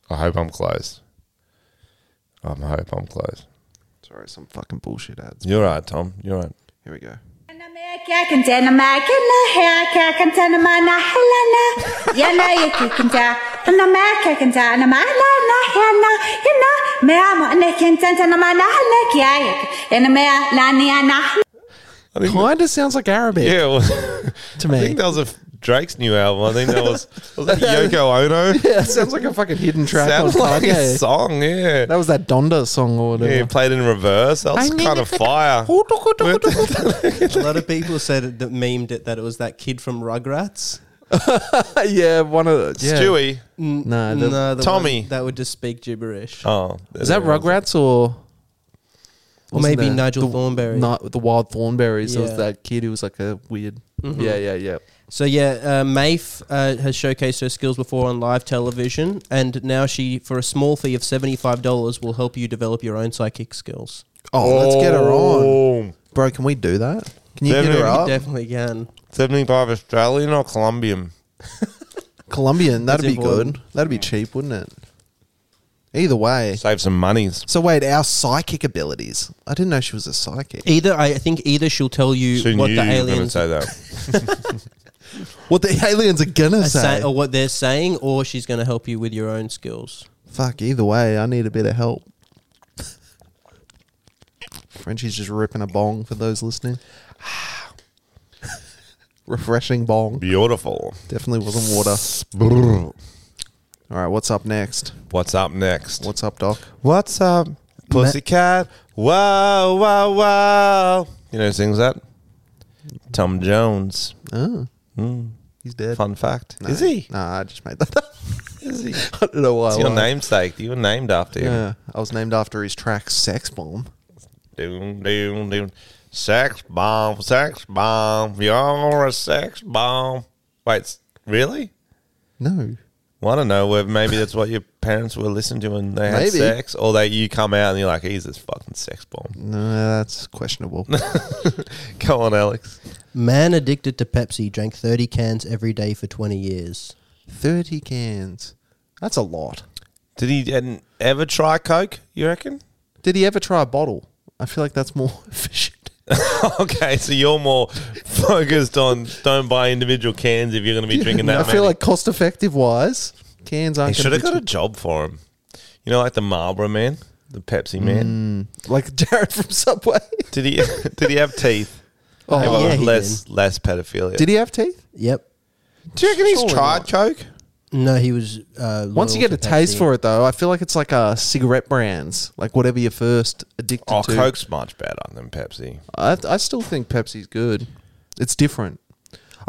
A: I hope I'm close. I hope I'm close.
B: Sorry, some fucking bullshit ads.
A: You're right, Tom. You're right.
B: Here we go.
A: I think
B: Kind of sounds like Arabic
A: yeah, well,
B: to
A: I
B: me.
A: think that was a f- Drake's new album. I think that was was that Yoko Ono.
B: yeah, it sounds like a fucking hidden track on
A: Sounds like a
B: Kanye.
A: song. Yeah.
B: that was that Donda song or whatever.
A: Yeah, you played in reverse. That was kind of fire.
E: A lot of people said that memed it that it was that kid from Rugrats.
B: yeah, one of the, yeah.
A: Stewie.
B: No, Uh, the- Uh,
E: No, the
A: Tommy.
E: one that would just speak gibberish.
A: Oh,
B: is that Rugrats or
E: or
B: wasn't
E: maybe
B: there-
E: Nigel
B: the-
E: Thornberry.
B: Not the Wild Thornberries. There was
E: Yeah. Mm-hmm.
B: that kid who was like a weird. Yeah, yeah, yeah.
E: So yeah, uh, Maeve uh, has showcased her skills before on live television, and now she, for a small fee of seventy-five dollars, will help you develop your own psychic skills.
B: Oh, let's get her on,
A: Oh,
B: bro. Can we do that? Can you
A: They're
B: get her
A: very
B: up?
E: Definitely can.
A: 75 Australian or Colombian?
B: Colombian. That'd
E: That's
B: be
E: important.
B: good. That'd be cheap, wouldn't it? Either way.
A: Save some monies.
B: So wait, our psychic abilities. I didn't know she was a psychic.
E: Either I think either she'll tell you
A: She
E: what
A: knew
E: the
A: you were going to
E: aliens
A: say
E: are
A: that.
B: What the aliens are gonna say?
E: say, or what they're saying, or she's going to help you with your own skills.
B: Fuck. Either way, I need a bit of help. Frenchie's just ripping a bong for those listening. Refreshing bong.
A: Beautiful.
B: Definitely wasn't water. All right, what's up next?
A: What's up next?
B: What's up, Doc?
A: What's up, pussycat? Wow, wow, wow. You know who sings that? Tom Jones.
B: Oh, he's dead.
A: Fun fact.
B: No,
A: Is he?
B: Nah, I just made that up. Is he? I don't know why.
A: It's
B: I
A: your
B: lied.
A: namesake. You were named after him.
B: Yeah, I was named after his track "Sex Bomb."
A: Doom, doom, doom. Sex bomb, sex bomb. You're a sex bomb. Wait, s- really?
B: No,
A: Well, I don't know. Whether maybe that's what your parents were listening to when they had
B: Maybe.
A: sex, or that you come out and you're like, "He's this fucking sex bomb."
B: no, that's questionable.
A: Go on, Alex.
E: Man addicted to Pepsi drank thirty cans every day for twenty years.
B: Thirty cans. That's a lot.
A: Did he en- ever try coke? You reckon?
B: Did he ever try a bottle? I feel like that's more efficient.
A: okay, so you're more focused on don't buy individual cans if you're going to be drinking that.
B: I feel
A: many.
B: like cost effective wise, cans
A: he
B: aren't.
A: should
B: gonna
A: have
B: be
A: got a
B: cheap.
A: job for him. You know, like the Marlboro man, the Pepsi man.
B: Like Jared from Subway.
A: Did he? Did he have teeth?
E: Oh,
A: Well,
E: yeah, he
A: less
E: did.
A: less pedophilia.
B: Did he have teeth?
E: Yep.
A: Do you reckon he's
B: Surely
A: tried
B: not.
A: coke?
E: No, he was. Uh,
B: Once you get a taste for it, though, I feel like it's like uh, cigarette brands, like whatever you're first addicted
A: Oh,
B: to.
A: coke's much better than Pepsi.
B: I, I still think Pepsi's good. It's different.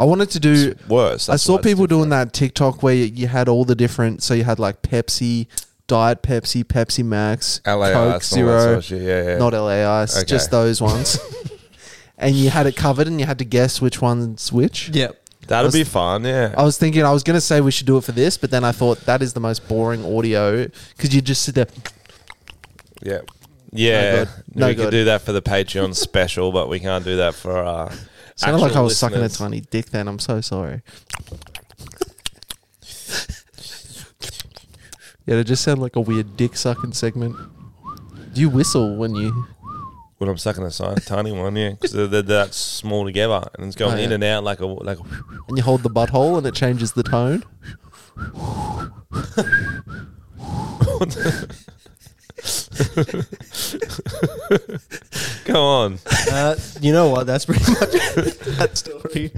B: I wanted to do
A: Worse.
B: I
A: that's
B: saw
A: why it's
B: people doing that TikTok where you, you had all the different. So you had like Pepsi, Diet Pepsi, Pepsi Max,
A: LA
B: Coke
A: Ice and all that sort
B: Zero,
A: of shit, yeah, yeah.
B: not LA Ice,
A: Okay.
B: just those ones. and you had it covered, and you had to guess which one's which.
E: Yep.
A: different. That'd be fun. Yeah.
B: I was thinking I was going to say we should do it for this, but then I thought that is the most boring audio because you just sit there.
A: Yeah. Yeah.
B: good. No
A: we
B: good.
A: could do that for the Patreon special, but we can't do that for uh
B: Sounded like I was sucking a
A: ton.
B: tiny dick. Then I'm so sorry. yeah, it just sounded like a weird dick sucking segment. Do you whistle when you?
A: When I'm sucking a si- tiny one, yeah, because they're, they're that small together, and it's going
B: Oh, yeah.
A: in and out like a like. A,
B: and you hold the butthole and it changes the tone.
A: go on.
E: Uh, you know what? That's pretty much that story.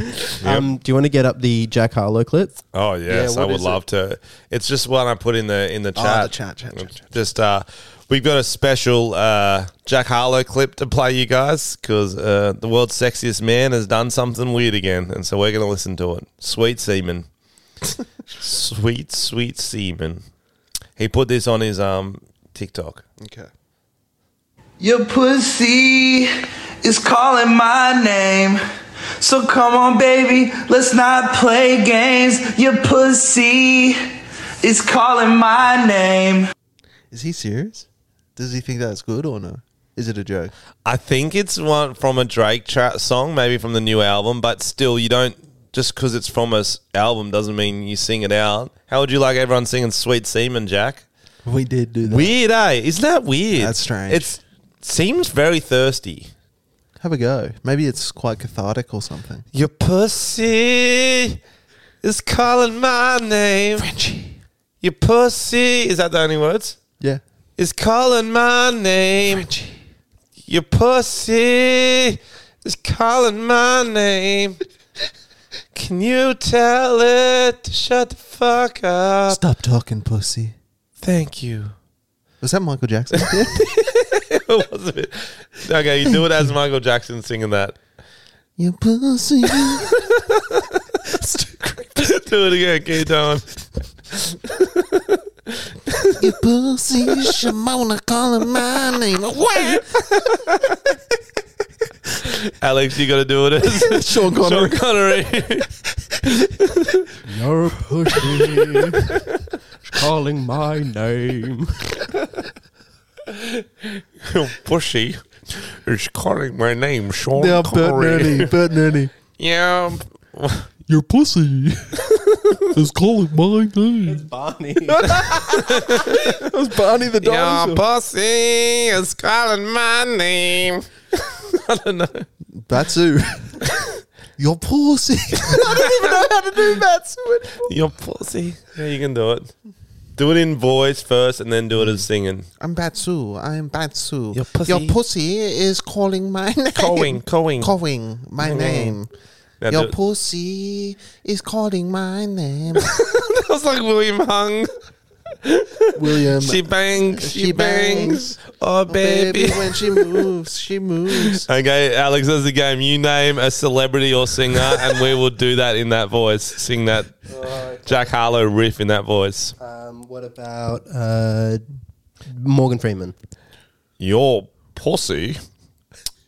E: Um, do you want to get up the Jack Harlow clip?
A: Oh yes,
B: what
A: I would
B: is Oh,
A: love to. It's just one I put in the in the chat.
B: the chat, chat, chat, chat.
A: Just uh, we've got a special uh, Jack Harlow clip to play you guys because uh, the world's sexiest man has done something weird again, and so we're gonna listen to it. Sweet semen, sweet sweet semen. He put this on his um TikTok.
B: Okay.
J: Your pussy is calling my name. So come on, baby, let's not play games. Your pussy is calling my name.
B: Is he serious? Does he think that's good or no? Is it a joke?
A: I think it's one from a Drake tra- song, maybe from the new album, but still, you don't just because it's from a s- album doesn't mean you sing it out. How would you like everyone singing "Sweet Semen," Jack?
B: We did do that.
A: Weird, eh? Isn't that weird?
B: That's strange.
A: It seems very thirsty.
B: Have a go. Maybe it's quite cathartic or something.
A: Your pussy is calling my name.
B: Frenchie.
A: Your pussy is that the only words?
B: Yeah.
A: Is calling my name.
B: Frenchie.
A: Your pussy is calling my name. Can you tell it to shut the fuck up?
B: Stop talking, pussy.
A: Thank you.
B: Was that Michael Jackson? Yeah.
A: It was a bit- okay, you do it as Michael Jackson singing that.
B: Your pussy.
A: do it again, keep going.
B: Your pussy. Shimona calling my name. What?
A: Alex, you gotta do it as
B: Sean
A: Sean
B: Connery.
A: Connery.
E: Your pussy calling my name.
A: Your pussy is calling my name, Sean
B: Yeah, Bert
A: Connery.
B: Nerdy. Bert Nerdy.
A: Yeah.
D: Your pussy is calling my name.
E: Barney.
B: That was Barney the dinosaur.
A: Your pussy is calling my name. I don't know.
B: Batsu. Your pussy. I don't even know how to do Batsu.
A: Your pussy. Yeah, you can do it. Do it in voice first and then do it as singing.
B: I'm Batsu. I'm Batsu.
A: Your pussy-
B: pussy is calling my name.
A: Cowing, cowing.
B: Calling my name.
A: Now
B: Your
A: do it.
B: pussy is calling my name.
A: That was like William Hung.
B: William.
A: She bangs, she, bangs. Oh, baby.
B: when she moves, she moves.
A: Okay, Alex, that's the game. You name a celebrity or singer, and we will do that in that voice. Sing that Jack Harlow riff in that voice.
E: Um, what about uh, Morgan Freeman?
A: Your pussy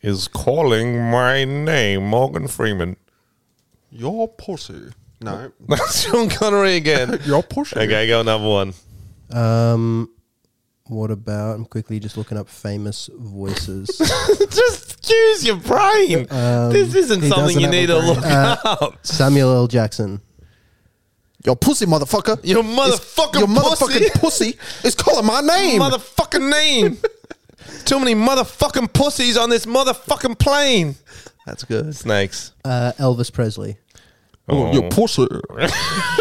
A: is calling my name, Morgan Freeman.
B: Your pussy. No.
A: That's Sean Connery again.
B: Your pussy.
A: Okay, go another one.
E: Um, what about? I'm quickly just looking up famous voices.
A: Just use your brain. this isn't
E: he
A: something
E: doesn't
A: you
E: have a
A: need to
E: brain.
A: look
E: Uh,
A: up.
E: Samuel L. Jackson.
B: Your pussy, motherfucker.
A: Your
B: It's-
A: motherfucking
B: your
A: pussy.
B: motherfucking pussy is calling my name.
A: Motherfucking name. Too many motherfucking pussies on this motherfucking plane.
B: That's good.
A: Snakes.
E: Uh, Elvis Presley.
D: Oh, you pussy.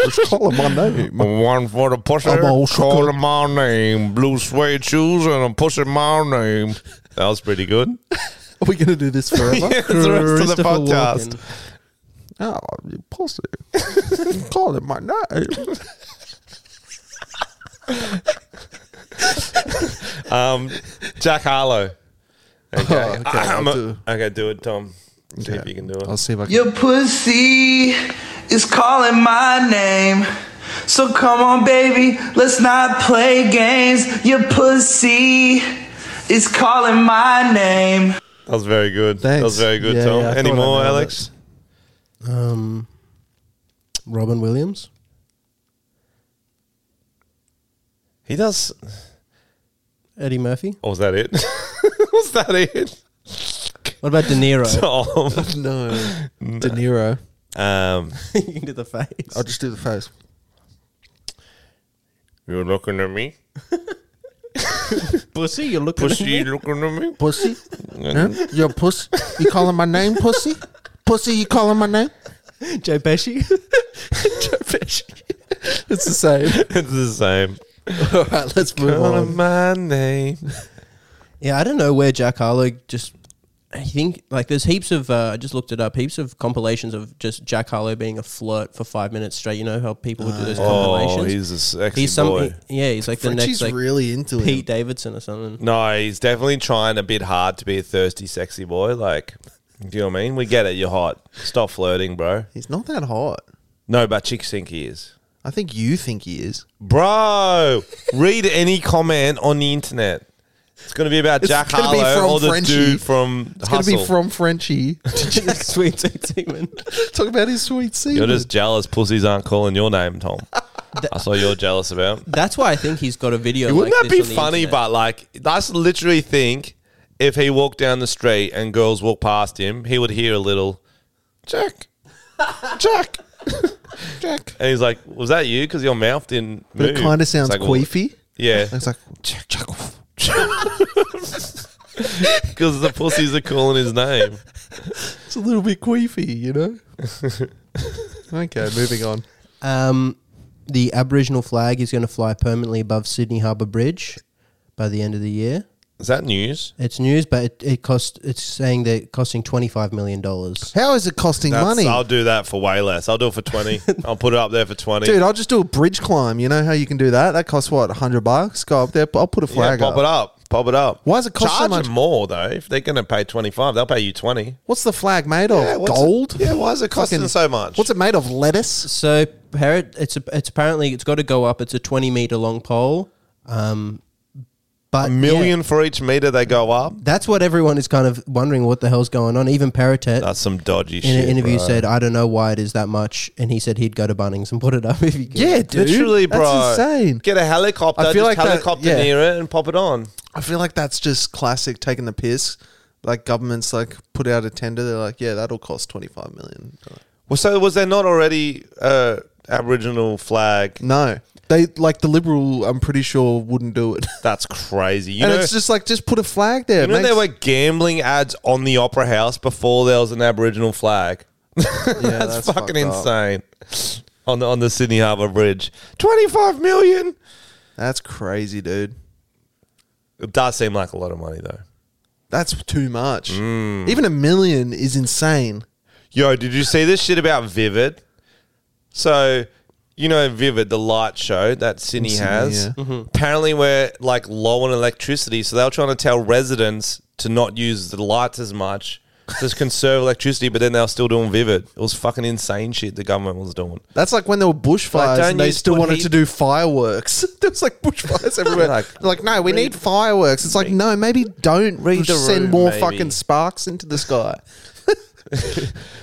D: Just calling my name.
A: One for the pusher,
D: I'm all shook
A: calling
D: up.
A: my name, blue suede shoes, and I'm pushing my name. That was pretty good.
B: Are we going to do this forever?
A: That's the rest of the
E: Christopher
A: podcast.
E: Walken.
D: Oh, you pussy. You calling my name.
A: Um, Jack Harlow. Okay,
E: Oh,
B: okay,
A: I'm a-
B: I'll do-
A: okay, do it, Tom. See if you can do it.
B: I'll see if I can.
J: Your pussy is calling my name. So come on, baby, let's not play games. Your pussy is calling my name.
A: That was very good. That was
B: Thanks.
A: very good,
E: Yeah,
A: Tom.
E: yeah, I
A: Any
E: thought I
A: more,
E: nailed
A: Alex?
E: Um, Robin Williams.
A: He does.
E: Eddie Murphy.
A: Oh, was that it? was that it,
E: What about De Niro?
A: Tom?
B: No. De Niro.
A: Um,
E: you can do the face.
B: I'll just do the face.
A: you're looking at me,
E: Pussy, you're looking
A: pussy. You looking at me?
B: Pussy. Huh? Your pussy. You calling my name, pussy? Pussy, you calling my name?
E: Joe Pesci.
B: It's the same.
A: it's the same.
B: All right, let's move
A: Calling
B: on.
A: my name.
E: yeah, I don't know where Jack Harlow just. I think like there's heaps of uh, I just looked it up. Heaps of compilations of just Jack Harlow being a flirt for five minutes straight. You know how people would do those compilations.
A: Oh, he's a sexy
E: He's some,
A: boy.
E: he- yeah, he's like the next
B: Frenchie's
E: like
B: really into it.
E: Pete Davidson or something.
A: No, he's definitely trying a bit hard to be a thirsty, sexy boy. Like, do you know what I mean? We get it. You're hot. Stop flirting, bro.
B: He's not that hot.
A: No, but chicks think he is.
B: I think you think he is.
A: Bro, read any comment on the internet. It's going to be about
B: It's
A: Jack
B: gonna be
A: Harlow
B: from
A: or the
B: Frenchie.
A: dude from
B: It's going to
A: Hustle.
B: be from Frenchie.
E: Sweet semen.
B: Talk about his sweet semen.
A: You're just jealous pussies aren't calling your name, Tom. That's all you're jealous about.
E: That's why I think he's got a video.
A: Wouldn't
E: like
A: that
E: this
A: be
E: on the
A: funny?
E: internet.
A: But like, I literally think if he walked down the street and girls walked past him, he would hear a little Jack, Jack, Jack, and he's like, "Was that you?" Because your mouth didn't.
B: but it
A: move."
B: kind of
A: It's
B: sounds
A: like, well,
B: queefy.
A: Yeah,
B: It's like, check, check off.
A: because the pussies are calling his name.
B: It's a little bit queefy, you know? okay, moving on.
E: um, the Aboriginal flag is going to fly permanently above Sydney Harbour Bridge by the end of the year.
A: Is that news?
E: It's news, but it, it cost. It's saying that it costing twenty five million dollars.
B: How is it costing
A: That's-
B: money?
A: I'll do that for way less. I'll do it for twenty. I'll put it up there for twenty.
B: Dude, I'll just do a bridge climb. You know how you can do that? That costs what, 100 bucks? Go up there, I'll put a
A: yeah,
B: flag
A: pop
B: up.
A: it up. Pop it up.
B: Why does it cost so
A: Charge
B: much?
A: them more though. If they're going to pay twenty five, they'll pay you twenty.
B: What's the flag made of?
A: Yeah, what's it-
B: Gold?
A: yeah, why is it costing
B: Fucking-
A: so much?
B: What's it made of? Lettuce?
E: So parrot, it's a, it's apparently it's got to go up. It's a twenty meter long pole. Um, but
A: A
E: yeah,
A: million for each meter they go up.
E: that's what everyone is kind of wondering what the hell's going on. Even Paratet
A: That's some dodgy
E: in
A: shit.
E: an interview
A: bro.
E: said, "I don't know why it is that much," and he said he'd go to Bunnings and put it up if he could.
B: Yeah, dude.
A: Literally, bro.
B: That's insane.
A: Get a helicopter.
B: I feel
A: just
B: like that-
A: helicopter
B: yeah.
A: near it and pop it on.
B: I feel like that's just classic taking the piss. Like governments like put out a tender, they're like, yeah, that'll cost 25 million.
A: Well, so was there not already uh, Aboriginal flag?
B: No. They like the liberal, I'm pretty sure wouldn't do it.
A: That's crazy. You
B: and
A: know,
B: it's just like just put a flag there.
A: you know
B: Makes-
A: there were gambling ads on the Opera House before there was an Aboriginal flag.
B: Yeah,
A: That's, fucking
B: fucked up.
A: insane. On the on the Sydney Harbour Bridge, twenty five million.
B: That's crazy, dude.
A: It does seem like a lot of money though.
B: That's too much.
A: Mm.
B: Even a million is insane.
A: Yo, did you see this shit about Vivid? So, you know Vivid, the light show that Sydney,
B: Sydney,
A: has. Mm-hmm.
B: yeah.
A: Apparently, we're like low on electricity, so they were trying to tell residents to not use the lights as much, just conserve electricity. But then they were still doing Vivid. It was fucking insane shit the government was doing.
B: That's like when there were bushfires
A: Like, don't
B: and they
A: you
B: still
A: put
B: wanted
A: heat-
B: to do fireworks. there was like bushfires everywhere.
A: Like,
B: like, no, we need fireworks. It's like, no, maybe don't
A: read the
B: send
A: room,
B: more
A: maybe.
B: fucking sparks into the sky.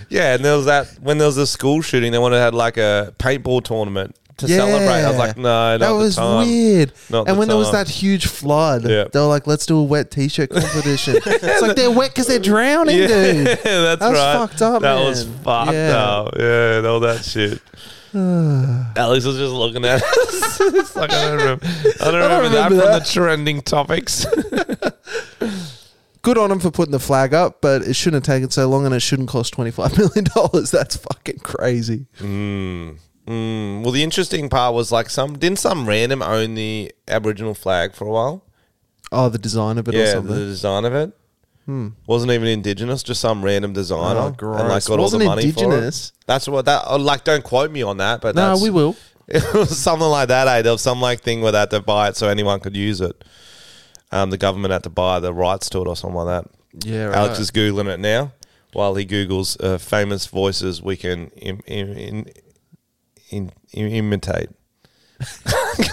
A: Yeah, and there was that when there was a school shooting, they wanted to have like a paintball tournament to celebrate. I was like, no, not
B: that was
A: the time.
B: weird.
A: Not
B: and
A: the
B: when there was
A: time.
B: that huge flood,
A: Yeah.
B: they were like, "Let's do a wet t-shirt competition." it's like they're wet because they're drowning, dude.
A: Yeah, that's
B: That was
A: right.
B: fucked up,
A: That was
B: man.
A: fucked
B: Yeah.
A: up. Yeah, and all that shit. Alex was just looking at us. It's like, I don't remember, I don't remember, that,
B: remember
A: from
B: that.
A: the trending topics.
B: good on them for putting the flag up, but it shouldn't have taken so long and it shouldn't cost $25 million. That's fucking crazy.
A: Mm, well, the interesting part was like some didn't some random own the Aboriginal flag for a while.
B: Oh, the design of it or
A: yeah, the
B: something. Hmm.
A: design of it wasn't even indigenous, just some random designer.
B: Oh,
A: And like
B: gross.
A: got
B: Wasn't
A: all the money
B: indigenous.
A: for it. That's what that. oh, Like, don't quote me on that, but
B: no,
A: that's,
B: we will.
A: It was something like that. Eh? There was some like thing where they had to buy it so anyone could use it. Um, the government had to buy the rights to it or something like that.
B: Yeah, right.
A: Alex is googling it now while he googles uh, famous voices we can Im- Im- in- in- im- imitate.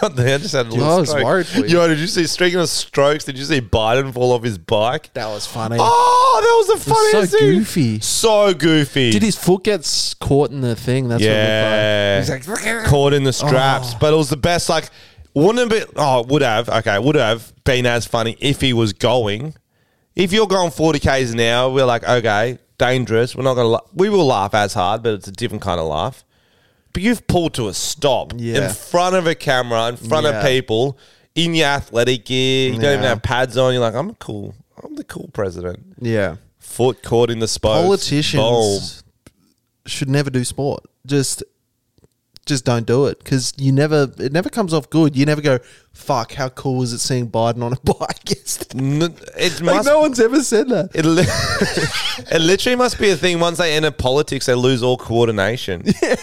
A: God damn, I just had a little
B: I was
A: stroke.
B: worried for you.
A: Yo, did you see speaking of strokes? Did you see Biden fall off his bike?
B: That was funny.
A: Oh, that was the
B: was
A: funniest
B: so
A: thing.
B: goofy.
A: So goofy.
B: Did his foot get s- caught in the thing? That's
A: Yeah.
B: what it looked like. Oh. He's like,
A: caught in the straps. But it was the best. Like, wouldn't it be? Oh, it would have. Okay, would have been as funny if he was going. If you're going 40 k's an hour, we're like, okay, dangerous. We're not gonna. La- we will laugh as hard, but it's a different kind of laugh. But you've pulled to a stop
B: Yeah.
A: in front of a camera, in front of
B: Yeah.
A: people, in your athletic gear. You don't even
B: Yeah.
A: have pads on. You're like, I'm cool. I'm the cool president.
B: yeah.
A: Foot caught in the spokes.
B: Politicians
A: Boom.
B: should never do sport. Just, just don't do it because you never. It never comes off good. You never go, "Fuck, how cool was it seeing Biden on a bike yesterday?"
A: N- it
B: Like
A: must
B: no one's ever said that.
A: It, li- it literally must be a thing. Once they enter politics, they lose all coordination. Yeah.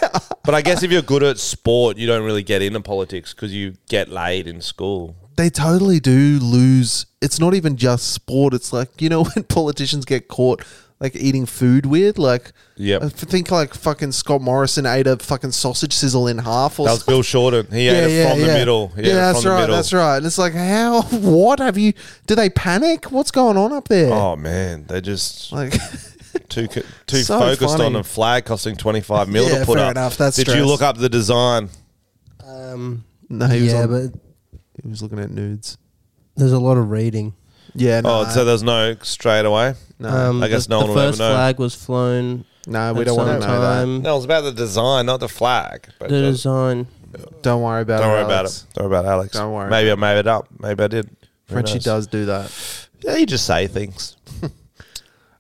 A: But I guess if you're good at sport, you don't really get into politics because you get laid in school.
B: They totally do lose. It's not even just sport. It's like you know when politicians get caught like eating food weird. Like
A: Yep.
B: I think like fucking Scott Morrison ate a fucking sausage sizzle in half or
A: That was
B: something.
A: Bill Shorten. He ate it from the middle. He ate
B: yeah,
A: it
B: that's
A: from the
B: right.
A: middle.
B: That's right. And it's like, how? What have you? Do they panic? What's going on up there?
A: Oh man, they just
B: Like,
A: too co- too
B: So
A: focused
B: funny.
A: on a flag costing twenty five mil
B: Yeah,
A: to put
B: fair
A: up.
B: enough. That's
A: Did you
B: stress.
A: look up the design?
E: Um,
B: no, he was
E: yeah,
B: on-
E: but
B: he was looking at nudes.
E: there's a lot of reading.
B: Yeah, no,
A: Oh, so there's no straight away.
B: no,
E: Um,
A: I guess
E: the,
A: no
E: the
A: one will ever
E: first
A: know.
E: flag was flown.
B: no, we
E: at
B: don't want to
E: some
B: know that.
E: time.
A: No, it's about the design, not the flag. But
E: The
A: just-
E: design.
B: Don't worry about
A: don't
B: it.
A: worry about
B: Alex.
A: it. Don't worry about it, Alex.
B: Don't worry
A: Maybe I made it up. Maybe I did. Who
B: Frenchie
A: knows?
B: does do that.
A: Yeah, you just say things.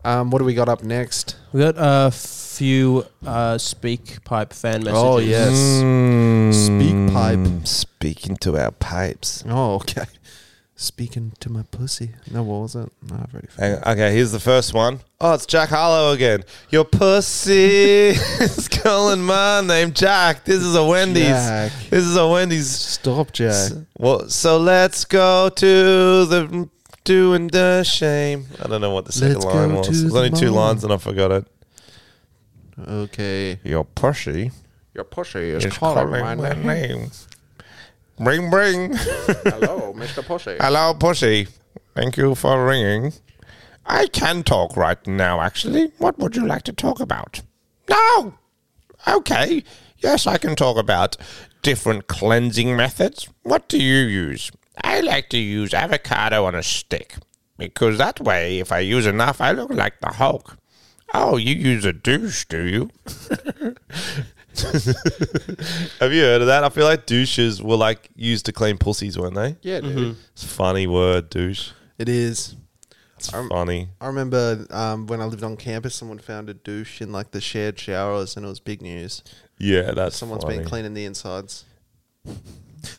B: Um, what do we got up next?
E: We got a few uh, speak pipe fan messages.
B: Oh yes,
A: Mm.
B: speak pipe.
A: Speaking to our pipes.
B: Oh okay, speaking to my pussy. No, what was it? No, I've already. forgotten.
A: Okay, here's the first one. Oh, it's Jack Harlow again. Your pussy is calling my name, Jack. This is a Wendy's.
B: Jack.
A: This is a Wendy's.
B: Stop, Jack.
A: Well, so let's go to the doing the shame. I don't know what the 2nd
B: Let's
A: line
B: go
A: was.
B: to
A: There's
B: the
A: only two
B: mall.
A: lines and I forgot it.
B: Okay,
A: Your pussy
D: Your pussy is,
A: is
D: calling,
A: calling my
D: my name.
A: name. Ring, ring.
D: Hello, Mr. Pussy.
A: Hello, Pussy. Thank you for ringing. I can talk right now, actually. What would you like to talk about? No! Okay. Yes, I can talk about different cleansing methods. What do you use? I like to use avocado on a stick because that way, if I use enough, I look like the Hulk. Oh, you use a douche, do you? Have you heard of that? I feel like douches were like used to clean pussies, weren't they?
B: yeah, dude.
A: It's a funny word, douche.
B: It is.
A: It's funny.
B: I remember um, when I lived on campus, someone found a douche in like the shared showers, and it was big news.
A: Yeah, that's
B: Someone's
A: funny.
B: been cleaning the insides.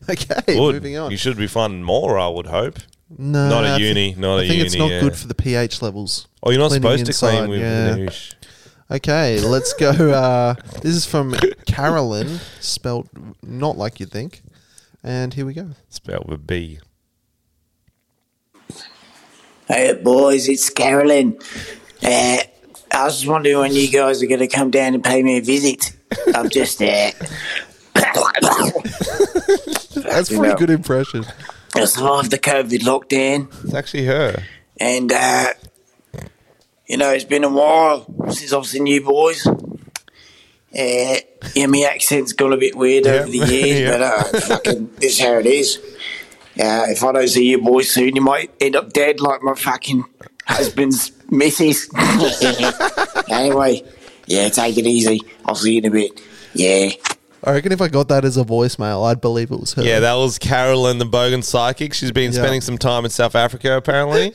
B: okay,
A: Good.
B: moving on.
A: You should be finding more, I would hope.
B: no,
A: not
B: I
A: at
B: thi-
A: uni. Not
B: I
A: at
B: think
A: uni.
B: it's not
A: yeah.
B: good for the pH levels.
A: Oh, you're not
B: cleaning the
A: supposed to clean
B: inside,
A: with
B: yeah.
A: douche.
B: Okay, let's go. Uh, this is from Carolyn, spelt not like you'd think. And here we go.
A: Spelled with a B.
K: Hey boys, it's Carolyn. Uh, I was just wondering when you guys are going to come down and pay me a visit. I'm just there.
B: That's a pretty good impression.
K: I survived the COVID lockdown,
A: It's actually her.
K: and uh, you know it's been a while since I've seen you boys. Uh, yeah, my accent's gone a bit weird over the years,
A: Yeah.
K: but uh, fucking, this is how it is. Uh, if I don't see you boys soon, you might end up dead like my fucking husband's missus. anyway, yeah, take it easy. I'll see you in a bit. Yeah.
B: I reckon if I got that as a voicemail, I'd believe it was her.
A: Yeah, that was Carolyn the Bogan Psychic. She's been
B: Yeah.
A: spending some time in South Africa, apparently.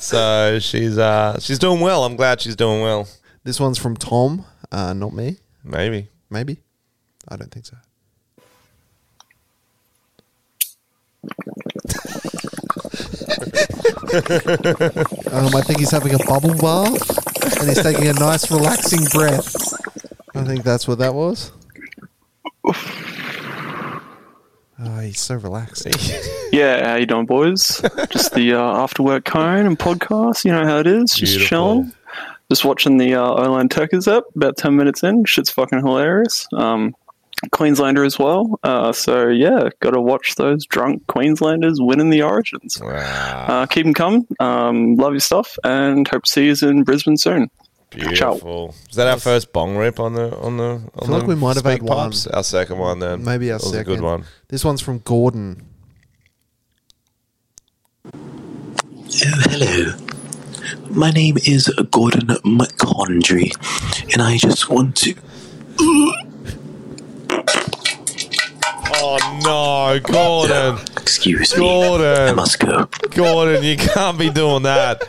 A: So she's uh she's doing well. I'm glad she's doing well.
B: This one's from Tom, uh, not me.
A: Maybe.
B: Maybe. I don't think so.
L: Um, I think he's having a bubble bath and he's taking a nice relaxing breath.
B: I think that's what that was. Oh, he's so relaxed.
M: Yeah, how you doing, boys? Just the uh, after work cone and podcast. You know how it is. Just
A: Beautiful.
M: chilling. Just watching the uh, Oland Turkers up. About ten minutes in, shit's fucking hilarious. Um, Queenslander as well. Uh, so yeah, got to watch those drunk Queenslanders winning the Origins.
A: Wow.
M: Uh, keep them coming. Um, love your stuff, and hope to see you in Brisbane soon.
A: Beautiful. Is that our first bong rip on the on the? On
B: feel like
A: the
B: we might have
A: speak
B: had one.
A: pipes? Our second one then.
B: Maybe our
A: That was
B: second.
A: a good one.
B: This one's from Gordon.
N: Oh, hello. My name is Gordon McCondry, and I just want to.
A: Oh no, Gordon!
N: Excuse me. I
A: Gordon!
N: must go.
A: Gordon! You can't be doing that.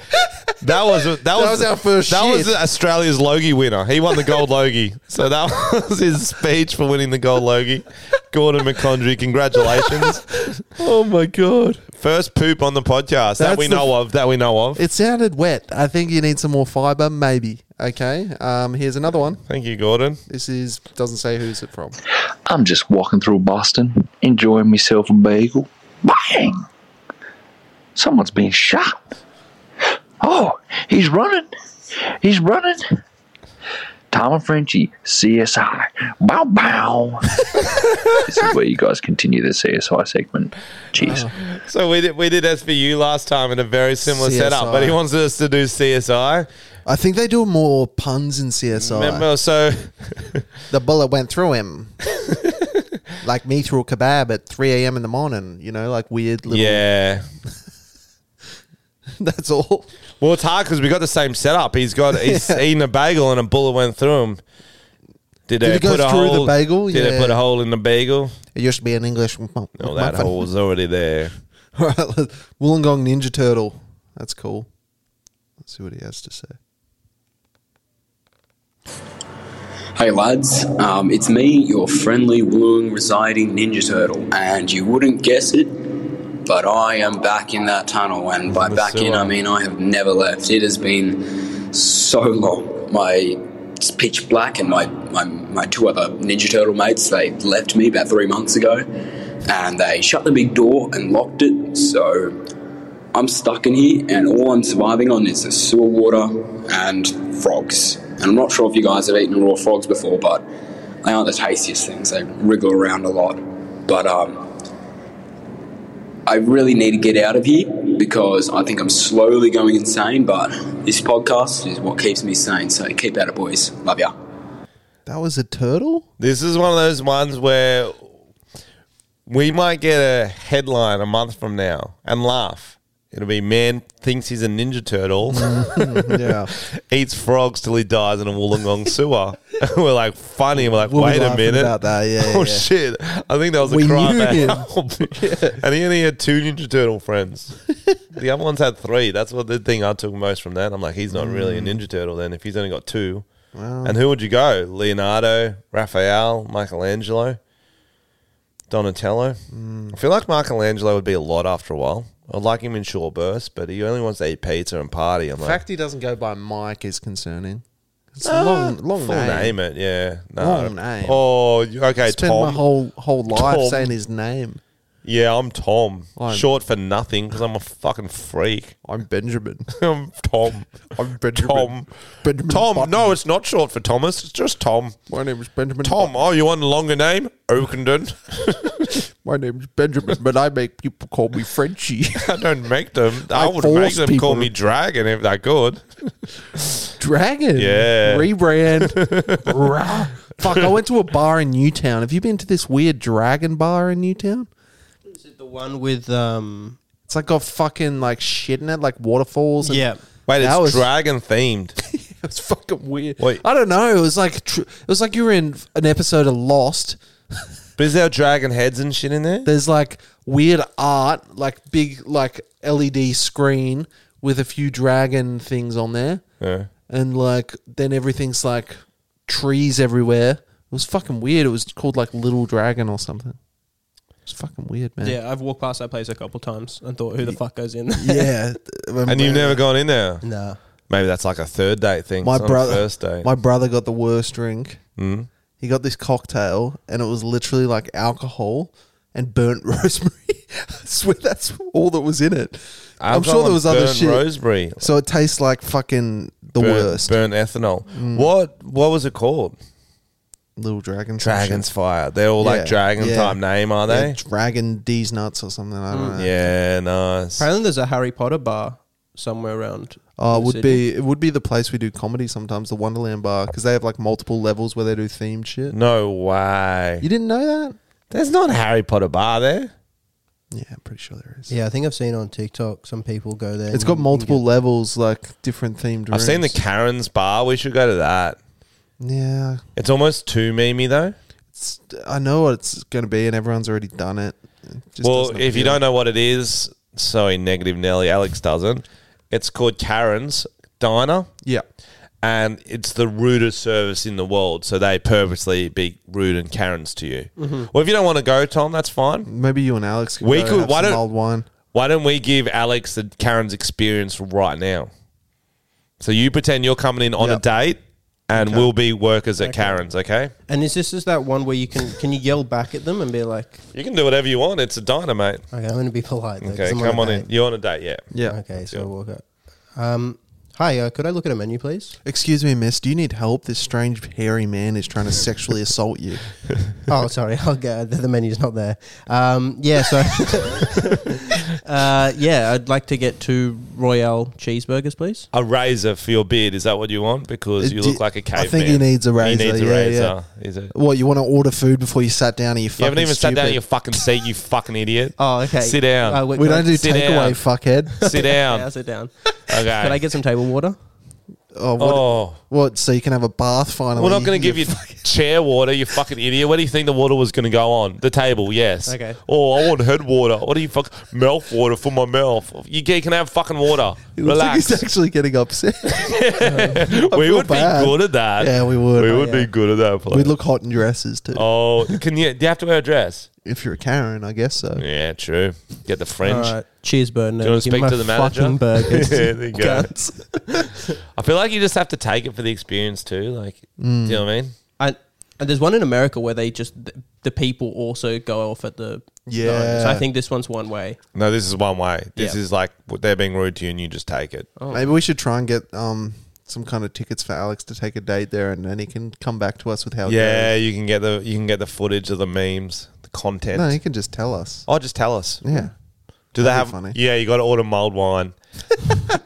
A: That was that, was,
B: was our first
A: That
B: shit.
A: was Australia's Logie winner. He won the gold Logie, so that was his speech for winning the gold Logie. Gordon McCondry, congratulations!
B: Oh my god.
A: First poop on the podcast that
B: That's
A: we
B: the-
A: know of. That we know of.
B: It sounded wet. I think you need some more fiber, maybe. Okay. Um, here's another one.
A: Thank you, Gordon.
B: This is doesn't say who's it from.
N: I'm just walking through Boston, enjoying myself a bagel. Bang! Someone's being shot. Oh, he's running. He's running. Tom and Frenchie, CSI. Bow bow. this is where you guys continue the CSI segment. Cheers.
A: So we did we did SVU last time in a very similar setup,
B: CSI.
A: but he wants us to do CSI.
B: I think they do more puns in CSI.
A: Remember, so
B: The bullet went through him. like me through a kebab at 3 a.m. in the morning, you know, like weird little.
A: yeah.
B: That's all.
A: Well, it's hard because we got the same setup. He's got he's eating a bagel and a bullet went through him. Did,
B: it go through the bagel?
A: Did it
B: Yeah.
A: put a hole in the bagel?
B: It used to be an English.
A: No, that hole was already there.
B: All right, let- Wollongong Ninja Turtle. That's cool. Let's see what he has to say.
N: Hey lads, um, it's me, your friendly Wollongong residing Ninja Turtle, and you wouldn't guess it, but I am back in that tunnel, and by
A: Number
N: back in
A: seven.
N: I mean I have never left. It has been so long. My it's pitch black, and my, my my two other Ninja Turtle mates they left me about three months ago, and they shut the big door and locked it. So I'm stuck in here, and all I'm surviving on is the sewer water and frogs. And I'm not sure if you guys have eaten raw frogs before, but they aren't the tastiest things. They wriggle around a lot. But um, I really need to get out of here because I think I'm slowly going insane. But this podcast is what keeps me sane. So keep at it, boys. Love ya.
B: That was a turtle?
A: This is one of those ones where we might get a headline a month from now and laugh. It'll be man thinks he's a ninja turtle,
B: Yeah.
A: eats frogs till he dies in a Wollongong sewer. we're like funny. We're like,
B: We'll be
A: wait a
B: laughing
A: minute.
B: About that. Yeah,
A: Oh
B: yeah.
A: shit! I think that was a
B: We
A: crime.
B: knew
A: at
B: him.
A: home. And he only had two Ninja Turtle friends. the other ones had three. That's what the thing I took most from that. I'm like, he's not really a
B: Mm.
A: Ninja Turtle then if he's only got two. and who would you go? Leonardo, Raphael, Michelangelo, Donatello.
B: Mm.
A: I feel like Michelangelo would be a lot after a while. I'd like him in short bursts, but he only wants to eat pizza and party. I'm
B: The
A: like,
B: fact he doesn't go by Mike is concerning. It's a long, long
A: Ah, full name.
B: name.
A: it, yeah. No.
B: Long name.
A: Oh, you- okay,
B: I spent
A: Tom.
B: my whole whole life
A: Tom.
B: saying his name.
A: Yeah, I'm Tom.
B: I'm-
A: Short for nothing because I'm a fucking freak.
B: I'm Benjamin.
A: I'm Tom.
B: I'm Benjamin.
A: Tom.
B: Benjamin
A: Tom.
B: Button.
A: No, it's not short for Thomas. It's just Tom.
B: My name is Benjamin.
A: Tom. Oh, you want a longer name? Oakenden.
B: My name is Benjamin, but I make people call me Frenchie.
A: I don't make them. I,
B: I
A: would make
B: force
A: them call
B: people.
A: me Dragon if they could.
B: Dragon.
A: Yeah.
B: Rebrand. Rah. Fuck, I went to a bar in Newtown. Have you been to this weird dragon bar in Newtown?
E: The one with um
B: It's like got fucking like shit in it, like waterfalls. And
E: yeah.
A: Wait,
B: That
A: it's
B: was-
A: dragon themed.
B: It was fucking weird.
A: Wait.
B: I don't know. It was like tr- it was like you were in an episode of Lost.
A: But is there dragon heads and shit in there?
B: There's like weird art, like big like LED E screen with a few dragon things on there.
A: Yeah.
B: And like then everything's like trees everywhere. It was fucking weird. It was called like Little Dragon or something. It's fucking weird, man.
O: Yeah, I've walked past that place a couple times and thought, who the fuck goes in?
A: and you've never gone in there?
E: No.
A: Maybe that's like a third date thing.
B: My brother,
A: First date.
B: my brother got the worst drink.
A: Mm.
B: He got this cocktail, and it was literally like alcohol and burnt rosemary. I swear that's all that was in it. I'm
A: Alcohol
B: sure there
A: and
B: was other
A: burnt
B: shit.
A: rosemary.
B: So it tastes like fucking the
A: burnt,
B: worst.
A: Burnt ethanol.
B: Mm.
A: What What was it called?
B: Little dragon.
A: Dragon's eh? fire. They're all like dragon type name, are
B: Yeah,
A: they?
B: dragon D's nuts or something. I don't know.
A: Yeah, nice.
O: Apparently, there's a Harry Potter bar somewhere around.
B: Oh, it
O: the
B: would
O: city.
B: be it would be the place we do comedy sometimes, the Wonderland Bar, because they have like multiple levels where they do themed shit.
A: No way.
B: You didn't know that?
A: There's not Harry Potter bar there.
B: Yeah, I'm pretty sure there is. Mm,
E: Yeah, I think I've seen on TikTok some people go there.
B: It's
E: and
B: got
E: you can
B: multiple levels, like different themed.
A: I've seen the
B: rooms.
A: Karen's bar. We should go to that.
B: Yeah,
A: It's almost too memey though.
B: I know what it's going to be, and everyone's already done it. It just
A: well,
B: doesn't
A: if you
B: appeal.
A: don't know what it is, sorry, negative Nelly, Alex doesn't. It's called Karen's Diner.
B: Yeah.
A: And it's the rudest service in the world. So they purposely be rude and Karen's to you.
B: Mhm.
A: Well, if you don't want to go, Tom, that's fine.
B: maybe you and Alex, could
A: We
B: go
A: could-
B: have
A: why
B: some
A: don't-
B: old wine?
A: Why don't we give Alex the Karen's experience right now? So you pretend you're coming in on a date and we'll be workers at Karen's, okay?
E: get- And is this is that one where you can can you yell back at them and be like,
A: You can do whatever you want. It's a diner, mate.
E: okay, I'm going to be polite. Though, 'cause
A: Okay,
E: I'm
A: come on
E: a
A: in.
E: date."
A: You're on a date, yeah.
E: Okay, so I walk up. Um, hi, uh, could I look at a menu, please?
B: Excuse me, miss. Do you need help? This strange hairy man is trying to sexually assault you.
E: oh, sorry. I'll get the, the menu's not there. Um, yeah, so uh, yeah, I'd like to get two Royale cheeseburgers, please.
A: A razor for your beard. Is that what you want? Because
B: Uh,
A: you
B: do-
A: look like a caveman.
B: I think he needs a razor.
A: He needs a
B: yeah,
A: razor.
B: Yeah.
A: Is it?
B: What you want to order food before you sat down? And you,
A: You haven't even sat down in
B: stupid.
A: your fucking seat, you fucking idiot.
E: Oh, okay.
A: Sit down.
E: I would
B: We don't do
A: Sit
B: takeaway,
A: down.
B: fuckhead.
A: Sit down.
E: Yeah, I'll sit down.
A: Okay.
E: Could I get some table water?
B: Oh, what,
A: Oh.
B: what? So you can have a bath finally.
A: We're not going
B: can
A: to give
B: get
A: you chair water, you fucking idiot. Where do you think the water was going to go on? The table, yes.
B: Okay.
A: Oh, I want head water. What do you fuck? Mouth water for my mouth. You g- can have fucking water.
B: It looks like
A: Relax.
B: he's actually getting upset.
A: we
B: feel
A: would
B: bad.
A: be good at that.
B: Yeah, we would.
A: We
B: Oh,
A: would be
B: yeah.
A: good at that.
B: we
A: Play.
B: look hot in dresses too.
A: Oh, can you? Do you have to wear a dress?
B: If you're a Karen, I guess so.
A: Yeah, true. Get the fringe.
E: All right, cheers, Burton.
A: Do you want to
E: Give
A: speak
E: me
A: to the
E: my
A: manager?
E: fucking burgers.
A: yeah, there you go.
E: Cunts.
A: I feel like you just have to take it for the experience too. Like,
B: Mm.
A: do you know what I mean?
O: I, and there's one in America where they just the, the people also go off at the
A: Yeah.
O: diners. I think this one's one way.
A: No, this is one way. This
O: Yeah.
A: is like they're being rude to you, and you just take it.
B: Maybe we should try and get um some kind of tickets for Alex to take a date there, and then he can come back to us with how. it
A: yeah, you can get the you can get the footage of the memes, the
B: goes.
A: content.
B: no, he can just tell us.
A: Oh, just tell us.
B: Yeah.
A: Do they have? Yeah, you got to order mulled wine.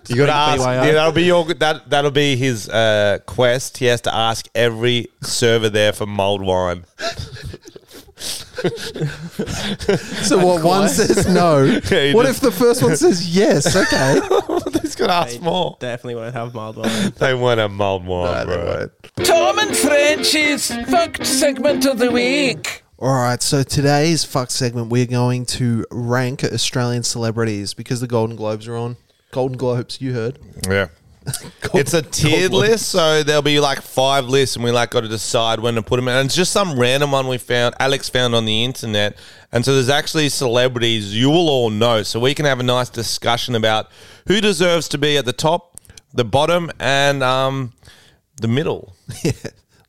A: you got to ask.
B: BYO.
A: Yeah, that'll be your that that'll be his uh, quest. He has to ask every server there for mulled wine.
B: So what? One says no.
A: he
B: what
A: just-
B: if the first one says yes? Okay.
A: He's gonna ask more.
O: Definitely won't have mild wine.
A: They want a mulled wine, bro.
P: Tom and French's fucked segment of the week.
B: All right, so today's fuck segment, we're going to rank Australian celebrities because the Golden Globes are on. Golden Globes, you heard.
A: Yeah. it's a tiered
B: God.
A: list, so there'll be like five lists, and we like got to decide when to put them in. And it's just some random one we found, Alex found on the internet. And so there's actually celebrities you will all know, so we can have a nice discussion about who deserves to be at the top, the bottom, and um, the middle.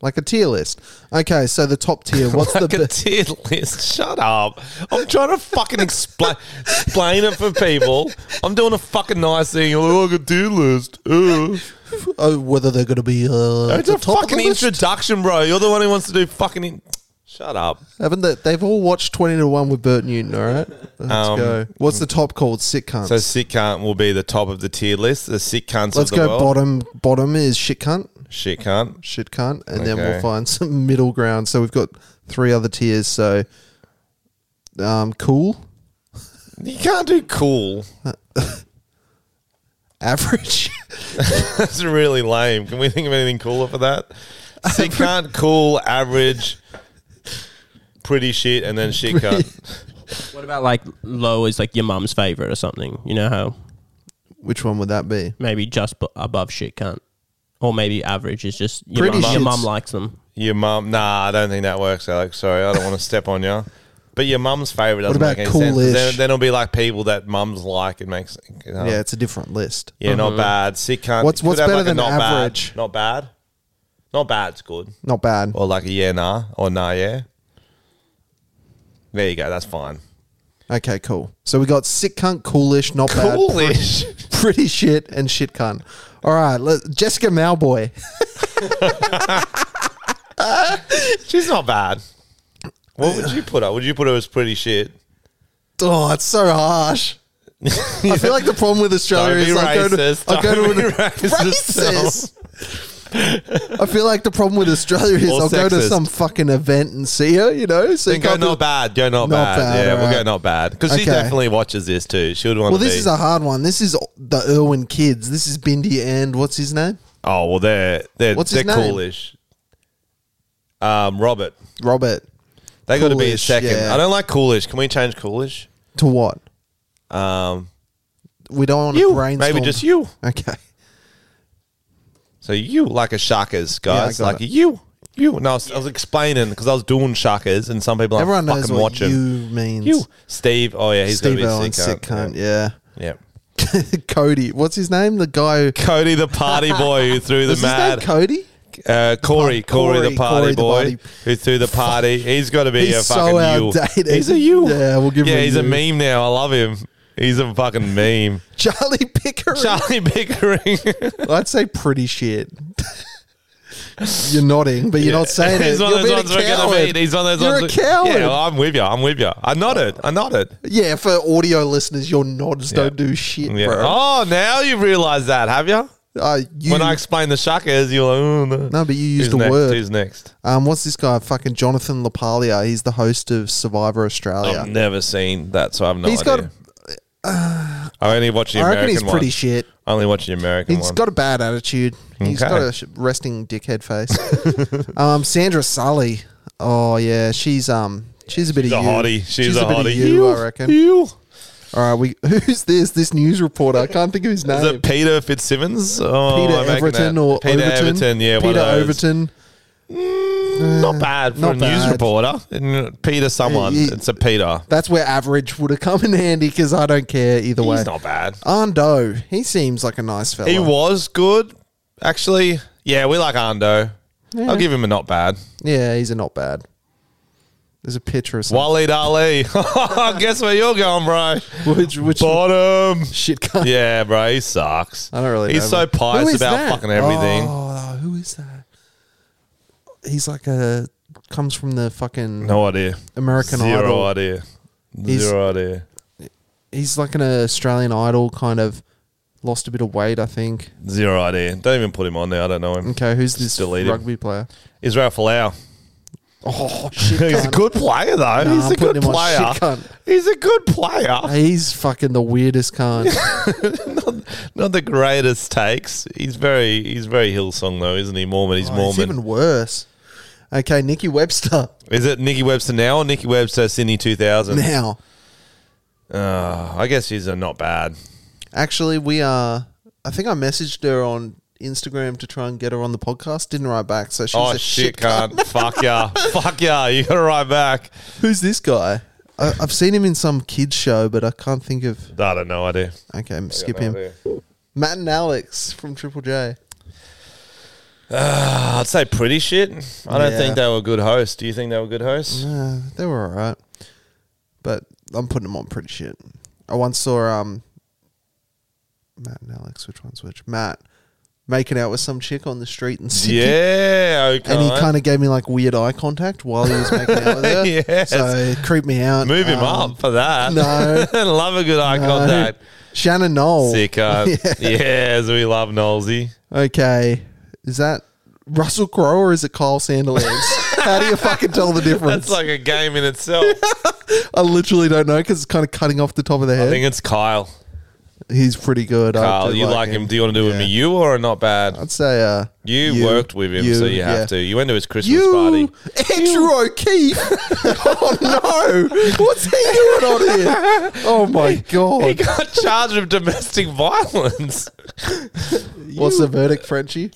B: Like a tier list. Okay, so the top tier. What's
A: like
B: the
A: a tier list. Shut up! I'm trying to fucking explain explain it for people. I'm doing a fucking nice thing. Oh, like a tier list. Uh.
B: oh, whether they're going to be uh, at
A: It's
B: the
A: a
B: top of
A: fucking
B: the list?
A: introduction, bro. You're the one who wants to do fucking. In- Shut up.
B: Haven't they? They've all watched twenty to one with Bert Newton. All right, let's
A: Um,
B: go. What's the top called? Sick cunts.
A: So sick cunt will be the top of the tier list. The sick cunts. of
B: let's
A: the
B: go.
A: world.
B: Bottom. Bottom is shit cunt.
A: Shit cunt.
B: Shit cunt. And then
A: Okay.
B: we'll find some middle ground. So we've got three other tiers. So, um, cool,
A: You can't do cool.
B: average.
A: That's really lame. Can we think of anything cooler for that? Sick cunt, cool, average, pretty shit, and then shit cunt.
O: What about like low is like your mum's favorite or something? You know how
B: Which one would that be?
O: Maybe just bu- above shit cunt, or maybe average is just your
A: Pretty
O: mum, your
A: shit's-
O: mum likes them.
A: Your mum? Nah, I don't think that works, Alex. Sorry, I don't want to step on you. But your mum's favorite
B: What
A: doesn't
B: about
A: make any sense. 'cause Then,
B: coolish?
A: then it'll be like people that mums like. It makes you know.
B: Yeah, it's a different list.
A: Oh. yeah, not
B: Mhm.
A: bad. Sick cunt.
B: What's-
A: It could
B: what's
A: have,
B: better
A: like, a
B: than
A: not bad-
B: average?
A: Not bad. Not bad's good.
B: Not bad.
A: Or like a yeah nah or nah yeah. There you go. That's fine.
B: Okay, cool. So we got sick cunt, coolish, not bad,
A: Coolish.
B: pretty, pretty shit, and shit cunt. All right, let, Jessica Malboy.
A: She's not bad. What would you put her? Would you put her as pretty shit?
B: Oh, it's so harsh. I feel like the problem with Australia
A: Don't be
B: is I go to,
A: racist.
B: I go to
A: Don't be
B: an,
A: racist.
B: racist. I feel like the problem with Australia is
A: Or
B: I'll go to
A: sexist.
B: some fucking event and see her, you know. So
A: Then
B: you
A: go
B: can't
A: not
B: do-
A: bad. Go not, bad.
B: Not bad,
A: Yeah, we'll
B: alright.
A: go not bad because she
B: Okay.
A: definitely watches this too. She would want
B: Well,
A: to
B: this
A: be.
B: is a hard one. This is the Irwin kids. This is Bindi and what's his name?
A: oh well, they're they're
B: What's
A: they're
B: his name?
A: coolish. Um, Robert.
B: Robert.
A: They got to be a
B: Coolish,
A: second.
B: yeah.
A: I don't like coolish. Can we change coolish?
B: To what?
A: Um,
B: We don't want
A: You.
B: to brainstorm.
A: Maybe just you.
B: Okay.
A: so you like a shuckers, guys?
B: got
A: like
B: it.
A: you, you. And I was, I was explaining because I was doing shuckers, and some people
B: Everyone
A: aren't
B: knows
A: fucking
B: what
A: watching.
B: you means.
A: You, Steve. Oh yeah, he's going
B: Steve
A: to be
B: Irwin,
A: a
B: sick
A: sick. cunt.
B: cunt. Yeah.
A: Yeah.
B: Cody. What's his name? The guy. Who-
A: Cody the party boy who threw the
B: Was his name
A: mad.
B: Cody?
A: Uh, Corey, Corey,
B: Corey,
A: the party
B: Corey the
A: boy
B: party-
A: who threw the party. He's got to be
B: He's
A: a
B: so
A: fucking you.
B: outdated.
A: He's a you.
B: Yeah, we'll give
A: yeah,
B: him a
A: he's a
B: you.
A: meme now. I love him. He's a fucking meme.
B: Charlie Pickering.
A: Charlie Pickering.
B: I'd say pretty shit. you're nodding, but you're not saying it.
A: he's one
B: You're
A: of those
B: being
A: ones
B: a
A: we're
B: coward.
A: gonna meet. He's one of those
B: You're
A: ones.
B: a coward.
A: Yeah, well, I'm with you. I'm with you. I nodded. I nodded.
B: Yeah, for audio listeners, your nods don't do shit,
A: Yeah.
B: bro.
A: Oh, now you realise that, have you?
B: Uh, you-
A: when I explained the shuckers, you're like, oh no.
B: No, but you used
A: Who's
B: a
A: next?
B: word.
A: Who's next?
B: Um, what's this guy? Fucking Jonathan Lapalia. He's the host of Survivor Australia.
A: I've never seen that, so I've no
B: Oh, He's
A: idea.
B: got-
A: I only watch the
B: I reckon
A: American
B: he's pretty
A: one.
B: shit.
A: I only watch the American
B: He's
A: one.
B: got a bad attitude. He's
A: Okay.
B: got a sh- resting dickhead face. um, Sandra Sully. Oh yeah, she's um, she's a bit
A: She's
B: of
A: a
B: you.
A: hottie. She's a
B: bit of
A: hottie.
B: you,
A: You,
B: I reckon.
A: you.
B: All right, we. Who's this? This news reporter. I can't think of his name.
A: Is it Peter Fitzsimmons? Oh,
B: Peter
A: I'm making
B: Everton
A: that-
B: or
A: Peter
B: Overton?
A: Everton? Yeah, one
B: Peter
A: of those.
B: Overton.
A: Not bad for
B: Not
A: a news
B: bad.
A: reporter. Mm, Peter someone.
B: He- he-
A: it's a Peter.
B: That's where average would have come in handy because I don't care either way.
A: He's not bad.
B: Arndo, he seems like a nice fella.
A: He was good, actually. Yeah, we like Ando.
B: Yeah.
A: I'll give him a not bad.
B: Yeah, he's a not bad. There's a picture of something.
A: Waleed Ali. Guess where you're going, bro?
B: Which, which
A: Bottom.
B: Shit.
A: Yeah, bro. He sucks. I don't
B: really
A: He's
B: know,
A: so
B: bro.
A: pious
B: Who is
A: about
B: that?
A: fucking everything.
B: Oh, who is that? He's like a comes from the fucking
A: No idea.
B: American
A: Zero
B: Idol.
A: idea.
B: He's-
A: Zero idea.
B: He's like an Australian Idol kind of lost a bit of weight, I think.
A: Zero idea. Don't even put him on there. I don't know him.
B: Okay, who's this
A: Delete him.
B: rugby player?
A: Israel Folau.
B: Oh shit!
A: He's a
B: cunt.
A: good player though.
B: Nah,
A: He's
B: I'm
A: a good
B: putting him on
A: player.
B: shit cunt.
A: He's a good player.
B: He's fucking the weirdest cunt.
A: Not the greatest takes. He's very he's very Hillsong though, isn't he? Mormon. He's
B: Oh, it's
A: Mormon.
B: even worse. Okay, Nikki Webster.
A: Is it Nikki Webster now or Nikki Webster Sydney two thousand?
B: Now,
A: Uh, I guess she's a not bad.
B: actually, we are. I think I messaged her on Instagram to try and get her on the podcast. Didn't write back, so she's
A: oh
B: a
A: shit,
B: shit.
A: can't fuck ya, fuck ya. You gotta write back.
B: Who's this guy? I, I've seen him in some kids show, but I can't think of.
A: I don't know. I do. Uh,
B: Okay,
A: I got
B: skip
A: no
B: him.
A: idea.
B: Matt and Alex from Triple J.
A: Uh, I'd say pretty shit. I don't
B: Yeah.
A: think they were good hosts. Do you think they were good hosts?
B: Uh, they were all right, but I'm putting them on pretty shit. I once saw um, Matt and Alex. Which one's which? Matt making out with some chick on the street and Sydney.
A: Yeah, okay.
B: And he kind of gave me like weird eye contact while he was making out with her.
A: Yes.
B: So it creeped me out.
A: move him
B: Um,
A: up for that.
B: no.
A: love a good eye
B: no.
A: contact.
B: Shannon Knoll.
A: Sicko. Yes, we love Knowlesy.
B: Okay. Is that Russell Crowe or is it Kyle Sandilands? How do you fucking tell the difference?
A: That's like a game in itself.
B: I literally don't know because it's kind of cutting off the top of the
A: I
B: head.
A: think it's Kyle.
B: He's pretty good. I
A: Carl,
B: do
A: you like him. Do you want to do him a you or a not bad? I'd
B: say uh,
A: you,
B: you,
A: worked with him,
B: you,
A: so you have
B: yeah.
A: to. You went to his Christmas
B: You-
A: party.
B: Andrew O'Keefe. oh no, what's he doing on here? Oh my god.
A: He got charged with domestic violence.
B: What's the verdict, Frenchie?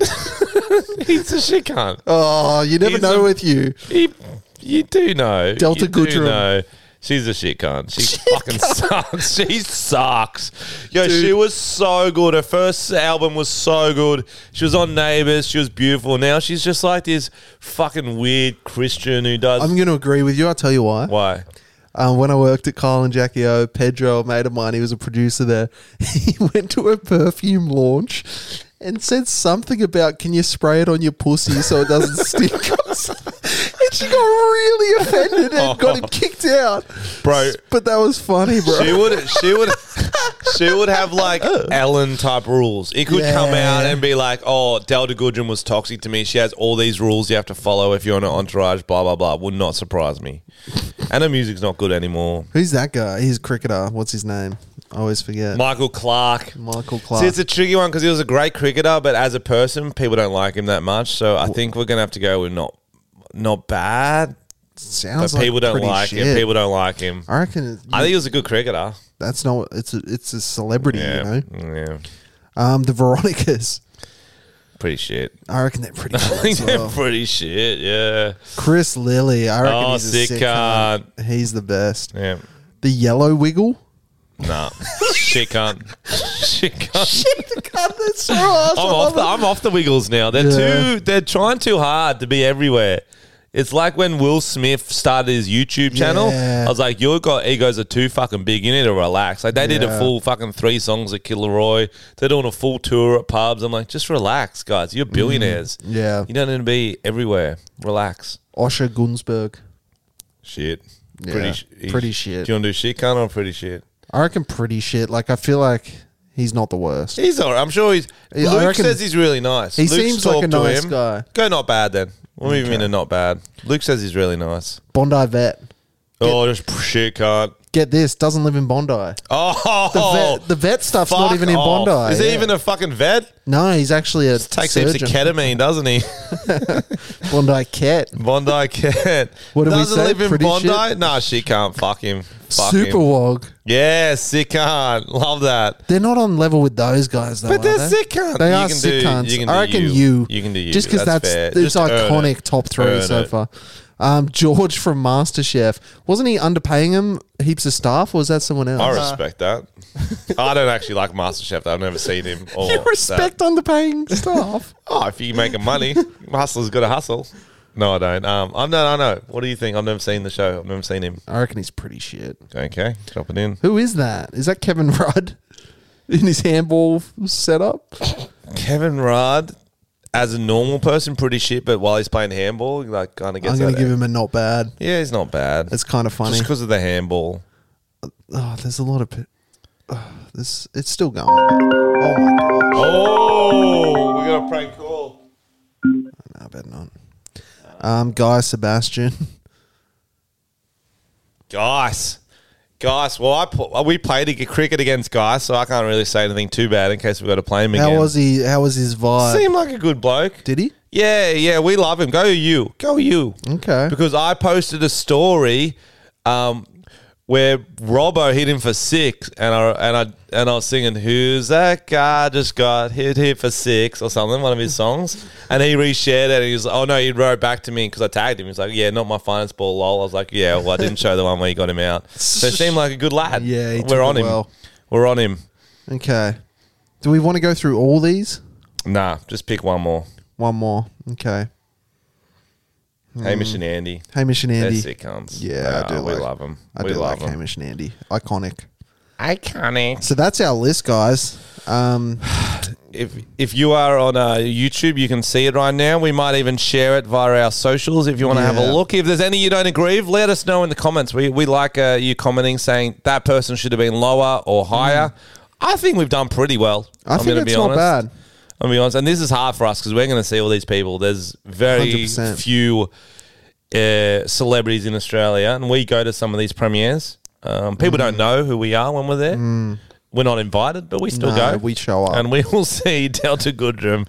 A: He's a shit cunt.
B: Oh, you never
A: He's
B: know
A: a-
B: with you.
A: He, you do know.
B: Delta
A: you do
B: Goodrum.
A: know. She's a shit cunt. She fucking sucks. She sucks. Yo, she was so good. Her first album was so good. She was on Neighbours. She was beautiful. Now she's just like this fucking weird Christian who does.
B: I'm going to agree with you. I'll tell you why.
A: Why?
B: Um, when I worked at Kyle and Jackie O, Pedro, a mate of mine, he was a producer there. He went to a perfume launch and said something about can you spray it on your pussy so it doesn't stink? and she got really offended and got him kicked out.
A: Oh. Bro,
B: But that was funny, bro.
A: She would she would she would have like Ellen type rules. It could come
B: Oh. Yeah.
A: out and be like, "Oh, Delta Goodrum was toxic to me. She has all these rules you have to follow if you're on an entourage." Blah blah blah. Would not surprise me. And her music's not good anymore.
B: Who's that guy? He's a cricketer. What's his name? I always forget.
A: Michael Clark.
B: Michael
A: See,
B: Clark.
A: it's a tricky one because he was a great cricketer, but as a person, people don't like him that much. So I think we're gonna have to go with not not bad.
B: Sounds
A: but
B: like
A: people don't
B: pretty
A: like him.
B: shit.
A: People don't like him.
B: I reckon-
A: I think he was a good cricketer.
B: That's not. It's a, it's a celebrity,
A: Yeah,
B: you
A: know. Yeah.
B: Um, the Veronicas.
A: Pretty shit.
B: I reckon they're pretty.
A: I
B: good
A: think
B: as
A: they're
B: well.
A: pretty shit. Yeah.
B: Chris Lilly. I reckon
A: Oh,
B: he's a
A: sick
B: sick,
A: cunt.
B: cunt. He's the best.
A: Yeah.
B: The Yellow Wiggle.
A: Nah. shit cunt. Shit cunt.
B: God, that's so awesome.
A: I'm off the I'm off the Wiggles now. They're
B: Yeah.
A: too they're trying too hard to be everywhere. It's like when Will Smith started his YouTube channel.
B: Yeah.
A: I was like, "Your got egos are too fucking big. You need to relax." Like they did a
B: Yeah.
A: full fucking three songs at Kilroy. They're doing a full tour at pubs. I'm like, just relax, guys. You're billionaires.
B: Mm. yeah.
A: You don't need to be everywhere. Relax.
B: Osher Gunsberg.
A: Shit.
B: Yeah,
A: Pretty, sh-
B: pretty shit.
A: Do you want to do shit cunt or pretty shit?
B: I reckon pretty shit. Like I feel like he's not the worst.
A: He's all right. I'm sure he's.
B: Yeah, I
A: Luke
B: reckon-
A: says he's really nice.
B: He
A: Luke's
B: seems like
A: talked
B: a
A: to
B: nice guy.
A: Go not bad then. We'll move him into not bad. Luke says he's really nice.
B: Bondi vet.
A: Oh, just p- shit cunt.
B: Get this. Doesn't live in Bondi.
A: Oh,
B: The vet, the vet stuff's
A: fuck
B: not even in
A: off.
B: Bondi.
A: Is
B: yeah.
A: he even a fucking vet?
B: No, he's actually a
A: Takes heaps of
B: surgeon.
A: ketamine, doesn't he?
B: Bondi cat.
A: Bondi cat.
B: What did we
A: doesn't
B: say?
A: live in
B: Pretty
A: Bondi?
B: shit?
A: Nah, she can't. Fuck him. Fuck
B: Super
A: him.
B: wog.
A: Yeah, sick cunt. Love that.
B: They're not on level with those guys, though.
A: But they're
B: are they?
A: sick cunts.
B: They
A: You
B: are
A: can
B: sick
A: do-
B: cunts.
A: you can
B: I
A: do
B: reckon
A: you.
B: you.
A: You can do you.
B: Just because
A: That's
B: that's,
A: fair.
B: it's
A: Just earn
B: iconic
A: it.
B: top three
A: Earn
B: so
A: it.
B: far. Um, George from MasterChef wasn't he underpaying him heaps of staff, or was that someone else?
A: I respect that. I don't actually like MasterChef. I've never seen him. Or
B: You respect underpaying staff.
A: Oh, if you making money, hustler's got to hustle. No, I don't. Um, I'm no, I know. What do you think? I've never seen the show. I've never seen him.
B: I reckon he's pretty shit.
A: Okay, drop it in.
B: Who is that? Is that Kevin Rudd in his handball setup?
A: Kevin Rudd, as a normal person, pretty shit. But while he's playing handball, he, like kind of gets.
B: I'm going
A: that-
B: to give him a not bad.
A: Yeah, he's not bad.
B: It's kind of funny.
A: Just because of the handball.
B: Oh, there's a lot of. Pe- oh, this it's still going. Oh my god!
A: Oh, we got a prank call.
B: No, I bet not. Um, Guy Sebastian.
A: Guys. Guys, well, I put, we played ag- cricket against Guys, so I can't really say anything too bad in case we've got to play him again.
B: How was he? How was his vibe?
A: Seemed like a good bloke.
B: Did he?
A: Yeah, yeah, we love him. Go you. Go you. Okay. Because I posted a story um, where Robbo hit him for six, and I and I and I was singing, "Who's that guy just got hit here for six or something?" One of his songs, and he reshared it. And he was like, "Oh no!" He wrote back to me because I tagged him. He's like, "Yeah, not my finest ball, lol." I was like, "Yeah, well, I didn't show the one where you got him out." So it seemed like a good lad. Yeah,
B: he took
A: we're on
B: it
A: him.
B: well.
A: We're on him.
B: Okay. Do we want to go through all these?
A: Nah, just pick one more.
B: One more. Okay.
A: Hamish
B: Hmm.
A: and Andy.
B: Hamish and Andy.
A: They're sick cunts.
B: Yeah, I
A: Nah,
B: do.
A: We
B: like,
A: love them.
B: I
A: we
B: do
A: love
B: like
A: them.
B: Hamish and Andy. Iconic.
A: Iconic.
B: So that's our list, guys. Um,
A: If if you are on uh, YouTube, you can see it right now. We might even share it via our socials if you want to have a
B: Yeah.
A: look. If there's any you don't agree, with, let us know in the comments. We we like uh, you commenting saying that person should have been lower or higher. I think we've done pretty well.
B: Mm. I think
A: gonna
B: it's not bad.
A: I'm gonna be honest, and this is hard for us because we're going to see all these people. There's very
B: 100%.
A: few uh,
B: Mm.
A: celebrities in Australia, and we go to some of these premieres. Um, people don't know who we are when we're there. We're not invited, but we still
B: No,
A: go.
B: we show up.
A: and we will see Delta Goodrum.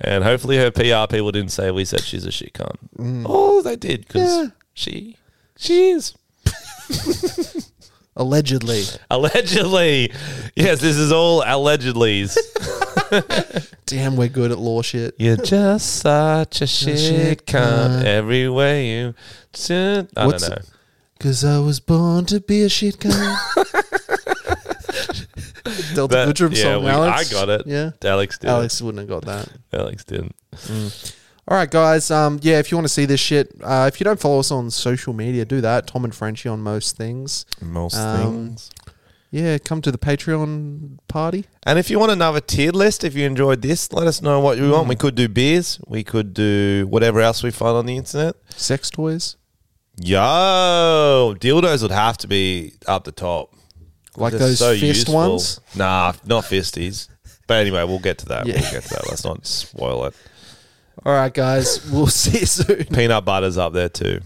A: And hopefully, her PR people didn't say we said she's a shit cunt.
B: Mm.
A: Oh, they did because she she is.
B: Allegedly.
A: Allegedly. Yes, this is all allegedly's.
B: Damn, we're good at law shit.
A: You're just such a shit cunt every way you. turn. I
B: What's-
A: don't know.
B: Because I was born to be a shit cunt. Delta
A: That-
B: Goodrum
A: yeah,
B: song,
A: we-
B: Alex.
A: I got it.
B: Yeah.
A: Alex did.
B: Alex wouldn't have got that.
A: Alex didn't.
B: All right, guys. Um, yeah, if you want to see this shit, uh, if you don't follow us on social media, do that. Tom and Frenchie on most things.
A: Most
B: Um, things. Yeah, come to the Patreon party.
A: And if you want another tiered list, if you enjoyed this, let us know what you
B: Mm.
A: want. We could do beers. We could do whatever else we find on the internet.
B: Sex toys.
A: Yo, dildos would have to be up the top.
B: Like
A: They're
B: those fist ones?
A: Nah, not fisties. But anyway, we'll get to that.
B: Yeah.
A: We'll get to that. Let's not spoil it.
B: All right, guys. We'll see you soon.
A: Peanut butter's up there too.